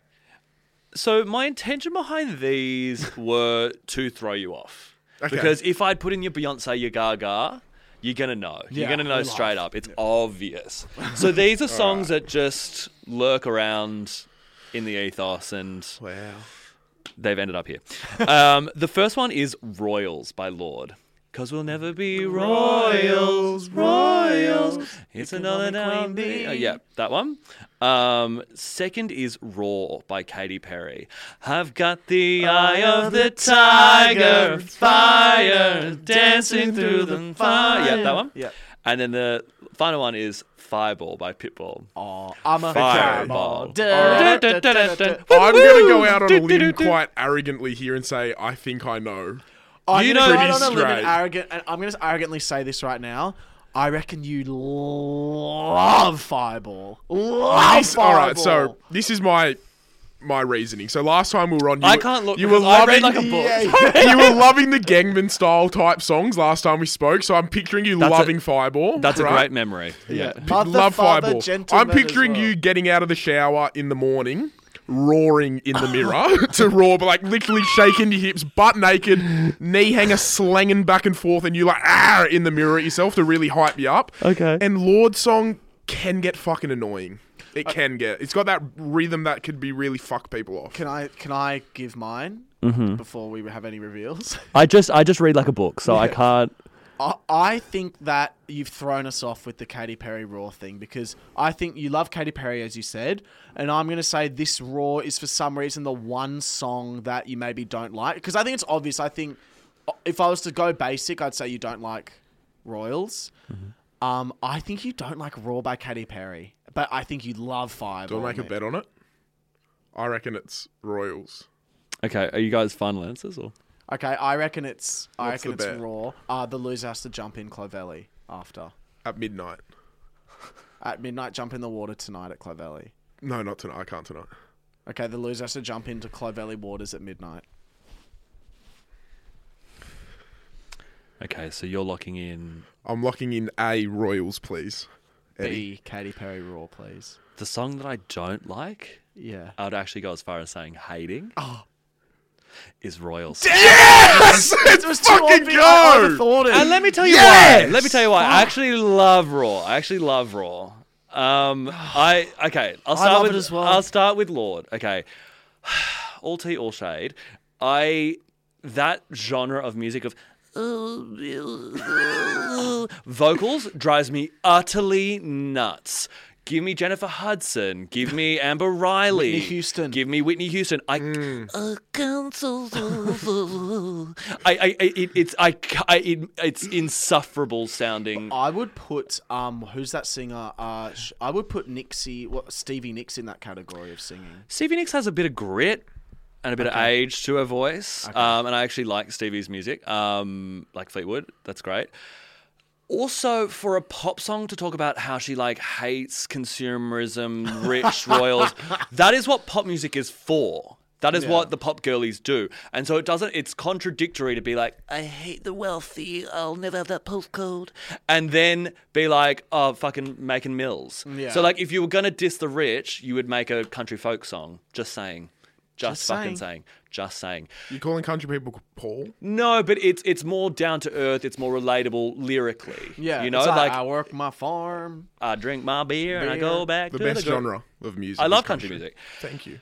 A: So my intention behind these were to throw you off.
B: Okay.
A: Because if I'd put in your Beyonce, your Gaga, you're going to know. you're
C: Yeah,
A: going to know
C: we
A: straight up. It's obvious. So these are songs that just lurk around in the ethos and
B: wow.
A: they've ended up here. Um, the first one is Royals by Lord. Cause we'll never be royals, royals. It's another
C: only
A: down
C: queen
A: the-
C: bee.
A: Oh, yeah, that one. Um, second is Raw by Katy Perry. I've got the eye of the tiger, fire dancing through the fire. Yeah, that one.
C: Yeah.
A: And then the final one is Fireball by Pitbull.
C: Oh, I'm a
A: Fireball.
C: fireball. Da- da- da- da- da- da.
B: I'm gonna go out on a limb quite arrogantly here and say I think I know.
C: I'm
A: You
C: gonna
A: know-
C: go out
B: Pretty
C: on a limb and
B: straight.
C: arrogant, and I'm gonna arrogantly say this right now. I reckon you love Fireball. Love
B: This- all
C: Fireball.
B: right, so this is my my reasoning. So last time we were on, you
A: I
B: were-
A: can't look
B: You were
A: because I read
B: loving
A: like a book.
B: you were loving the Gangnam Style type songs last time we spoke, so I'm picturing you
A: That's a-
B: loving Fireball.
A: That's a
B: right?
A: great memory.
C: yeah,
B: Love Fireball. I'm picturing you getting out of the shower in the morning, roaring in the mirror to roar, but like literally shaking your hips, butt naked, knee hanger slanging back and forth, and you like ah in the mirror at yourself to really hype you up.
A: Okay.
B: And Lord song can get fucking annoying. It can get. It's got that rhythm that could be really fuck people off.
C: Can I can I give mine before we have any reveals?
A: I just I just read like a book, so I can't.
C: I, I think that you've thrown us off with the Katy Perry Raw thing because I think you love Katy Perry as you said, and I'm going to say this Raw is for some reason the one song that you maybe don't like because I think it's obvious. I think uh, if I was to go basic, I'd say you don't like Royals.
B: Mm-hmm.
C: Um, I think you don't like Raw by Katy Perry, but I think you love Five.
B: Do I make a bet on it? I reckon it's Royals.
A: Okay, are you guys final answers or?
C: Okay, I reckon it's I
B: What's
C: reckon
B: the
C: it's
B: bet?
C: raw. Uh, the loser has to jump in Clovelly after
B: At midnight.
C: at midnight. Jump in the water tonight at Clovelly.
B: No, not tonight. I can't tonight.
C: Okay, the loser has to jump into Clovelly waters at midnight.
A: Okay, so you're locking in.
B: I'm locking in A Royals, please. Eddie.
C: B. Katy Perry raw, please.
A: The song that I don't like,
C: Yeah.
A: I'd actually go as far as saying hating,
C: Oh,
A: is Royals.
B: Yes! Let's fucking
C: obvious. I
B: go!
C: overthought it.
A: And let me tell you
B: Yes!
A: why. Let me tell you why. I actually love Raw. I actually love Raw. Um, I okay. I'll start
C: love
A: with
C: it as well.
A: I'll start with Lord. Okay, all tea, all shade. I that genre of music of vocals drives me utterly nuts. Give me Jennifer Hudson. Give me Amber Riley.
C: Whitney Houston.
A: Give me Whitney Houston. I I, I, I it, it's I, ca- I it, it's insufferable sounding.
C: I would put um, who's that singer? Uh, sh- I would put Nixie, what Stevie Nicks in that category of singing.
A: Stevie Nicks has a bit of grit and a bit of age to her voice, um, and I actually like Stevie's music, um, like Fleetwood. That's great. Also, for a pop song to talk about how she like hates consumerism, rich royals, that is what pop music is for. That is what the pop girlies do, and so it doesn't. It's contradictory to be like, I hate the wealthy. I'll never have that postcode, and then be like, oh, fucking making mills.
C: Yeah.
A: So like, if you were gonna diss the rich, you would make a country folk song. Just saying, just,
C: Just
A: fucking
C: saying.
A: saying, just saying.
B: You calling country people Paul?
A: No, but it's it's more down to earth. It's more relatable lyrically.
C: Yeah,
A: you know,
C: it's like,
A: like
C: I work my farm.
A: I drink my beer, and I
C: Beer.
A: go back
B: The
A: to
B: best
A: the gro-
B: genre of music.
A: I
B: is
A: love country music.
B: Thank you.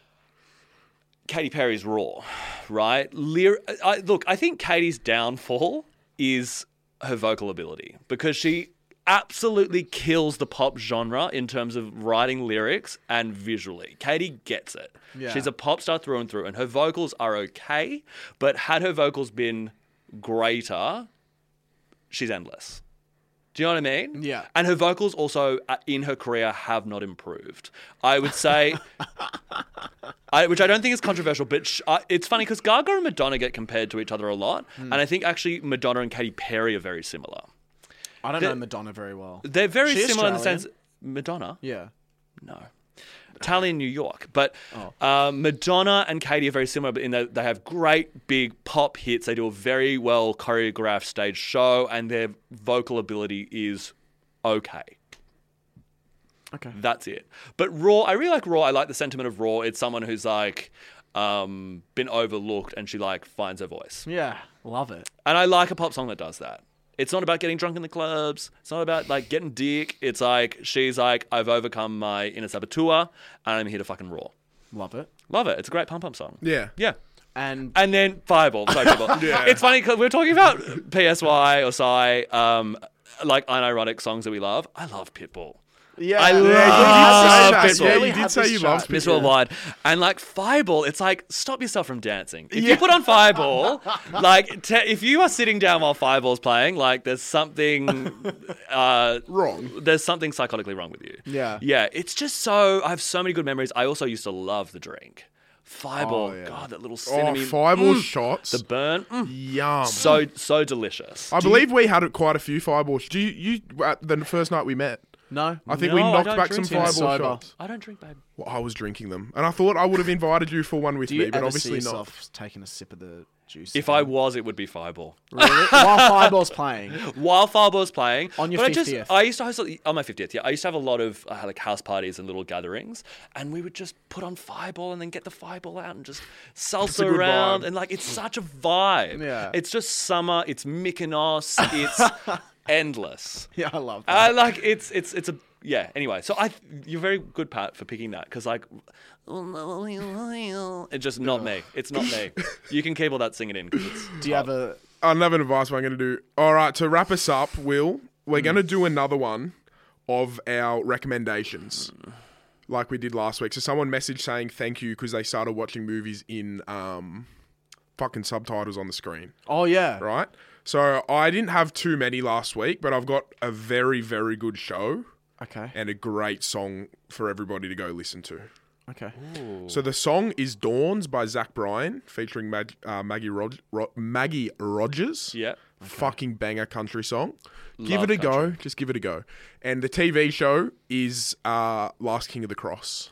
A: Katy Perry's Raw, right? Lear- I, look, I think Katy's downfall is her vocal ability because she absolutely kills the pop genre in terms of writing lyrics and visually. Katy gets it.
C: Yeah.
A: She's a pop star through and through, and her vocals are okay, but had her vocals been greater, she's endless. Do you know what I mean?
C: Yeah.
A: And her vocals also uh, in her career have not improved. I would say, I, which I don't think is controversial, but sh- I, it's funny because Gaga and Madonna get compared to each other a lot,
C: Hmm.
A: and I think actually Madonna and Katy Perry are very similar.
C: I don't
A: The-
C: know Madonna very well.
A: They're very
C: She
A: similar in the
C: Australian?
A: sense Madonna.
C: Yeah.
A: No. Italian New York. But uh, Madonna and Katie are very similar but in that they have great big pop hits. They do a very well choreographed stage show, and their vocal ability is okay.
C: Okay.
A: That's it. But Raw, I really like Raw. I like the sentiment of Raw. It's someone who's like um, been overlooked and she like finds her voice.
C: Yeah. Love it.
A: And I like a pop song that does that. It's not about getting drunk in the clubs. It's not about like getting dick. It's like she's like, I've overcome my inner saboteur and I'm here to fucking raw.
C: Love it.
A: Love it. It's a great pump pump song.
B: Yeah.
A: Yeah.
C: And
A: And then Fireball. Sorry, Fireball. It's funny because we're talking about PSY or Psy, um, like unironic songs that we love. I love Pitbull.
C: yeah,
A: I
B: Yeah, you
A: love
B: did
A: Pitbull.
B: say that.
A: We
B: Yeah, you did
C: have
B: say
C: this
B: you
C: chat.
B: loved
A: Miss
B: Pitbull.
A: Worldwide. And like Fireball, it's like stop yourself from dancing. If you put on Fireball, like te- if you are sitting down while Fireball's playing, like there's something uh,
B: Wrong.
A: There's something psychotically wrong with you.
C: Yeah.
A: Yeah. It's just so I have so many good memories. I also used to love the drink. Fireball,
C: Oh, yeah.
A: God, that little
B: Oh,
A: cinnamon,
B: fireball shots.
A: the burn, mm,
B: Yum.
A: so so delicious.
B: I believe we had quite a few fireballs. Do you, you at the first night we met?
C: no.
B: I think
A: No,
B: we
A: I
B: knocked
A: don't
B: back some
A: drink
B: fireball
A: it.
C: Sober.
B: shots.
A: I don't drink, babe.
B: Well, I was drinking them, and I thought I would have invited you for one with
C: Do you
B: me, but
C: ever see
B: obviously not.
C: yourself taking a sip of the juice?
A: If I was, it would be Fireball.
C: really? while Fireball's playing,
A: while Fireball's playing.
C: On your
A: but I
C: 50th.
A: just I used to host on my fiftieth. Yeah, I used to have a lot of uh, like house parties and little gatherings, and we would just put on Fireball and then get the Fireball out and just salsa
B: good
A: around,
B: vibe.
A: and like it's such a vibe.
C: Yeah.
A: it's just summer. It's Mykonos. It's endless.
C: yeah, I love that.
A: I Uh, like it's it's it's a yeah. Anyway, so I you're very good Pat for picking that because like it's just not me. It's not me. You can keep all that singing in. 'cause it's
C: Do you have a?
B: I love an advice. What I'm going to do. All right, to wrap us up, Will, we're going to do another one of our recommendations, like we did last week. So someone messaged saying thank you because they started watching movies in um, fucking subtitles on the screen.
C: Oh yeah.
B: right? So I didn't have too many last week, but I've got a very, very good show
C: Okay.
B: and a great song for everybody to go listen to.
C: Okay.
B: So the song is Dawns by Zach Bryan featuring Mag- uh, Maggie Rog- Ro- Maggie Rogers.
A: Yeah.
B: Fucking banger country song. give
A: Love
B: it a go. Just give it a go. And the TV show is uh, Last King of the Cross.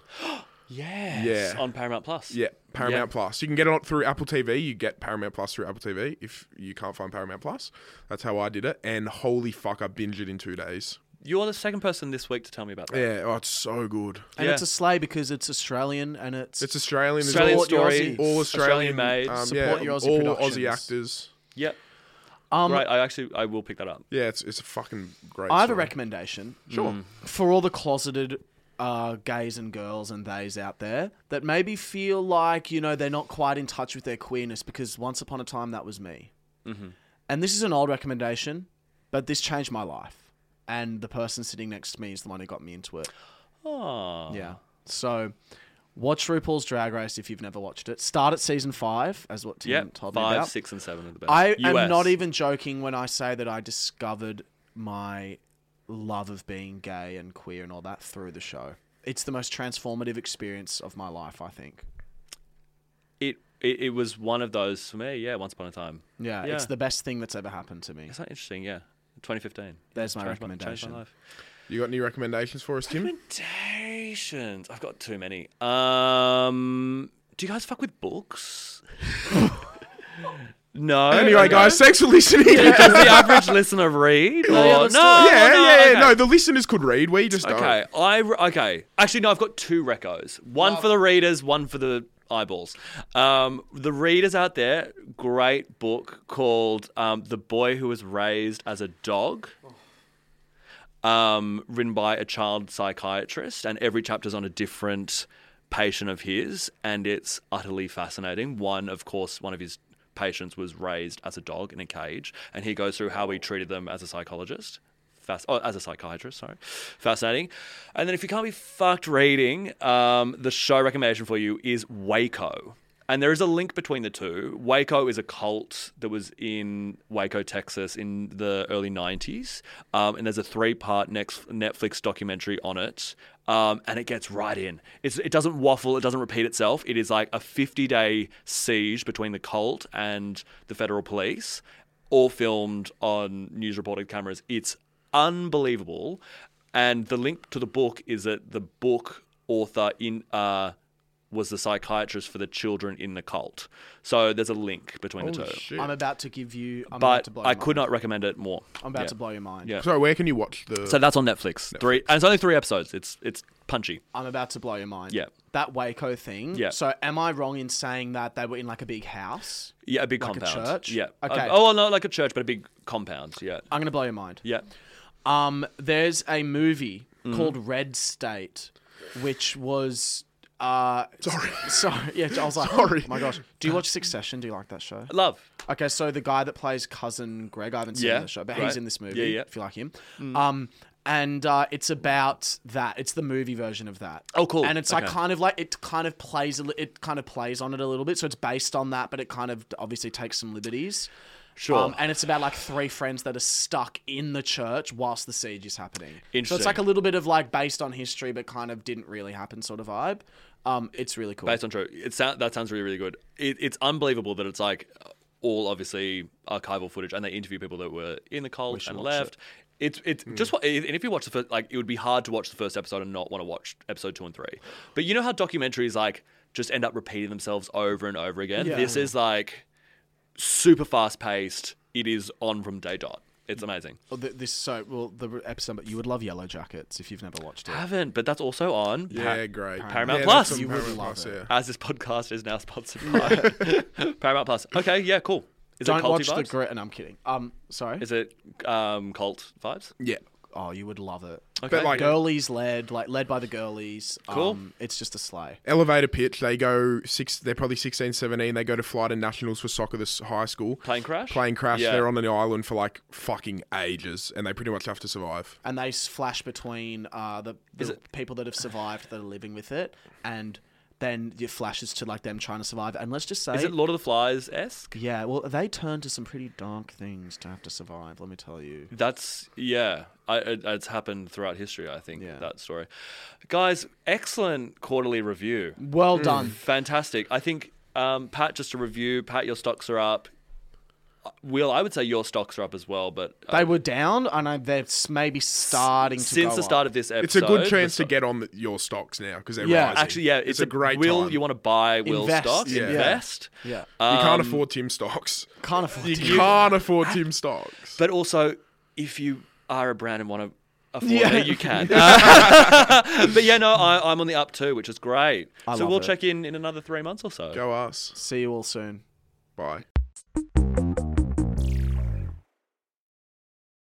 A: Yes. On Paramount Plus.
B: Yeah, Paramount
A: Yeah.
B: Plus. You can get it on- through Apple TV. You get Paramount Plus through Apple TV if you can't find Paramount Plus. That's how I did it. And holy fuck, I binged it in two days.
A: You're the second person this week to tell me about that.
B: Yeah, oh, it's so good.
C: And
A: Yeah.
C: it's a sleigh because it's Australian and it's,
B: It's Australian. There's
A: Australian
B: all,
A: story.
C: Aussies.
B: all Australian,
A: made.
B: Um,
C: Support
B: yeah,
C: your Aussie
B: all
C: productions.
B: Aussie actors.
A: Yep.
C: um,
A: right. I actually I will pick that up.
B: Yeah, it's it's a fucking great.
C: I have a
B: story.
C: recommendation
B: Sure.
C: for all the closeted uh, gays and girls and theys out there that maybe feel like you know they're not quite in touch with their queerness because once upon a time that was me. Mm-hmm. And this is an old recommendation, but this changed my life. And the person sitting next to me is the one who got me into it.
A: Oh.
C: Yeah. So watch RuPaul's Drag Race if you've never watched it. Start at season five, as what Tim
A: Yep.
C: told me
A: Five,
C: about.
A: six, and seven are the best.
C: I
A: US.
C: am not even joking when I say that I discovered my love of being gay and queer and all that through the show. It's the most transformative experience of my life, I think.
A: It, it it was one of those for me. Yeah. Once upon a time.
C: Yeah,
A: Yeah.
C: it's the best thing that's ever happened to me.
A: Is that interesting? Yeah. 2015.
C: There's my
A: Changed
C: recommendation.
A: changed my life.
B: You got any recommendations for us, Tim?
A: Recommendations. I've got too many. Um, do you guys fuck with books? no.
B: Anyway,
A: Okay.
B: guys, thanks for listening.
A: Does the average listener read? Or-
C: yeah,
A: No,
C: let's
A: no,
B: yeah,
A: Oh, no,
B: yeah,
A: okay.
B: no. The listeners could read. We just
A: Okay, I re- okay. Actually, no, I've got two recos. One for the readers, one for the eyeballs. Um, the readers out there, great book called um, "The Boy Who Was Raised as a Dog." Um, written by a child psychiatrist, and every chapter's on a different patient of his, and it's utterly fascinating. One, of course, one of his patients was raised as a dog in a cage, and he goes through how he treated them as a psychologist. Fas- oh, as a psychiatrist, sorry. Fascinating. And then if you can't be fucked reading, um, the show recommendation for you is Waco. And there is a link between the two. Waco is a cult that was in Waco, Texas in the early 90s. Um, and there's a three part next Netflix documentary on it. Um, and it gets right in. It's, it doesn't waffle, it doesn't repeat itself. It is like a 50 day siege between the cult and the federal police, all filmed on news reported cameras. It's unbelievable. And the link to the book is that the book author in uh, was the psychiatrist for the children in the cult. So there's a link between
B: don't.
A: the
B: Holy
A: two.
B: shit.
C: I'm about to give you. I'm about
A: But
C: to blow
A: I
C: your
A: could
C: mind.
A: not recommend it more.
C: I'm about
A: Yeah.
C: to blow your mind.
A: Yeah.
B: So where can you watch the?
A: So that's on Netflix. Three, and it's only three episodes. It's it's punchy.
C: I'm about to blow your mind.
A: Yeah.
C: That Waco thing.
A: Yeah.
C: So am I wrong in saying that they were in like a big house?
A: Yeah, a big
C: Like a
A: compound.
C: church?
A: Yeah.
C: Okay.
A: Uh, oh, well, no, like a church, but a big compound. Yeah.
C: I'm gonna blow your mind.
A: Yeah.
C: Um, there's a movie
B: Mm-hmm.
C: called Red State, which was uh
B: Sorry.
C: sorry yeah I was like
B: Sorry.
C: oh my gosh do you watch Succession do you like that show
A: Love.
C: okay so the guy that plays cousin Greg I haven't seen
A: Yeah,
C: the show but
A: right.
C: he's in this movie
A: Yeah, yeah.
C: if you like him um and uh, it's about that it's the movie version of that
A: Oh, cool.
C: and it's like
A: Okay.
C: kind of like it kind of plays a li- it kind of plays on it a little bit so it's based on that but it kind of obviously takes some liberties
A: Sure.
C: um, and it's about like three friends that are stuck in the church whilst the siege is happening. So
A: Interesting.
C: it's like a little bit of like based on history, but kind of didn't really happen sort of vibe. Um, it's really cool.
A: Based on true. It sound, that sounds really, really good. It, it's unbelievable that it's like all obviously archival footage, and they interview people that were in the cult and
C: watch Hmm.
A: left. It's it's just what, and if you watch the first, like it would be hard to watch the first episode and not want to watch episode two and three. But you know how documentaries like just end up repeating themselves over and over again.
C: Yeah.
A: This is like super fast paced. It is on from day dot. It's amazing.
C: Oh, th- this so well the episode, but you would love Yellow Jackets if you've never watched it.
A: I haven't, but that's also on.
B: yeah, great.
A: Paramount
B: Yeah,
A: Plus.
B: that's on
A: You
C: would
B: Paramount
C: love
B: Plus,
C: it.
B: yeah.
A: As this podcast is now sponsored by Paramount Plus. Okay, yeah, cool. Is it
C: Don't
A: culty
C: watch the
A: vibes?
C: grit. And I'm kidding. Um, sorry.
A: Is it um, cult vibes?
B: Yeah.
C: oh, you would love it.
A: Okay.
B: But like
C: Girlies led, like led by the girlies.
A: Cool.
C: Um, it's just a sleigh.
B: elevator pitch, they go six. They're probably 16, 17. They go to flight and nationals for soccer this high school.
A: Plane crash?
B: Plane crash.
A: Yeah.
B: They're on an island for like fucking ages, and they pretty much have to survive.
C: and they s- flash between uh, the, the people that have survived that are living with it, and then it flashes to like them trying to survive. And let's just say,
A: Is it Lord of the Flies esque?
C: yeah, well, they turn to some pretty dark things to have to survive. Let me tell you.
A: That's yeah. I, it, it's happened throughout history, I think,
C: Yeah.
A: that story. Guys, excellent quarterly review.
C: Well done.
A: Fantastic. I think, um, Pat, just a review. Pat, your stocks are up. Uh, Will, I would say your stocks are up as well, but uh,
C: They were down, and I, they're s- maybe starting to
A: since
C: go
A: the start
C: up.
A: of this episode,
B: It's a good
A: the
B: chance to
A: stock-
B: get on the, your stocks now because they're
C: Yeah.
B: rising.
A: Actually, yeah, it's,
B: it's, a, great
A: Will,
B: time.
A: you want to buy Will
C: Invest,
A: stocks?
B: yeah.
A: Invest. Um,
C: Yeah.
B: you can't afford Tim stocks.
C: Can't afford
B: You
C: to.
B: can't afford Tim stocks.
A: But also, if you are a brand and want to afford
C: Yeah.
A: it, you can. Uh, but yeah, no, I, I'm on the up too, which is great.
C: I
A: so
C: love
A: we'll
C: it.
A: check in in another three months or so.
B: Go us.
C: See you all soon.
B: Bye.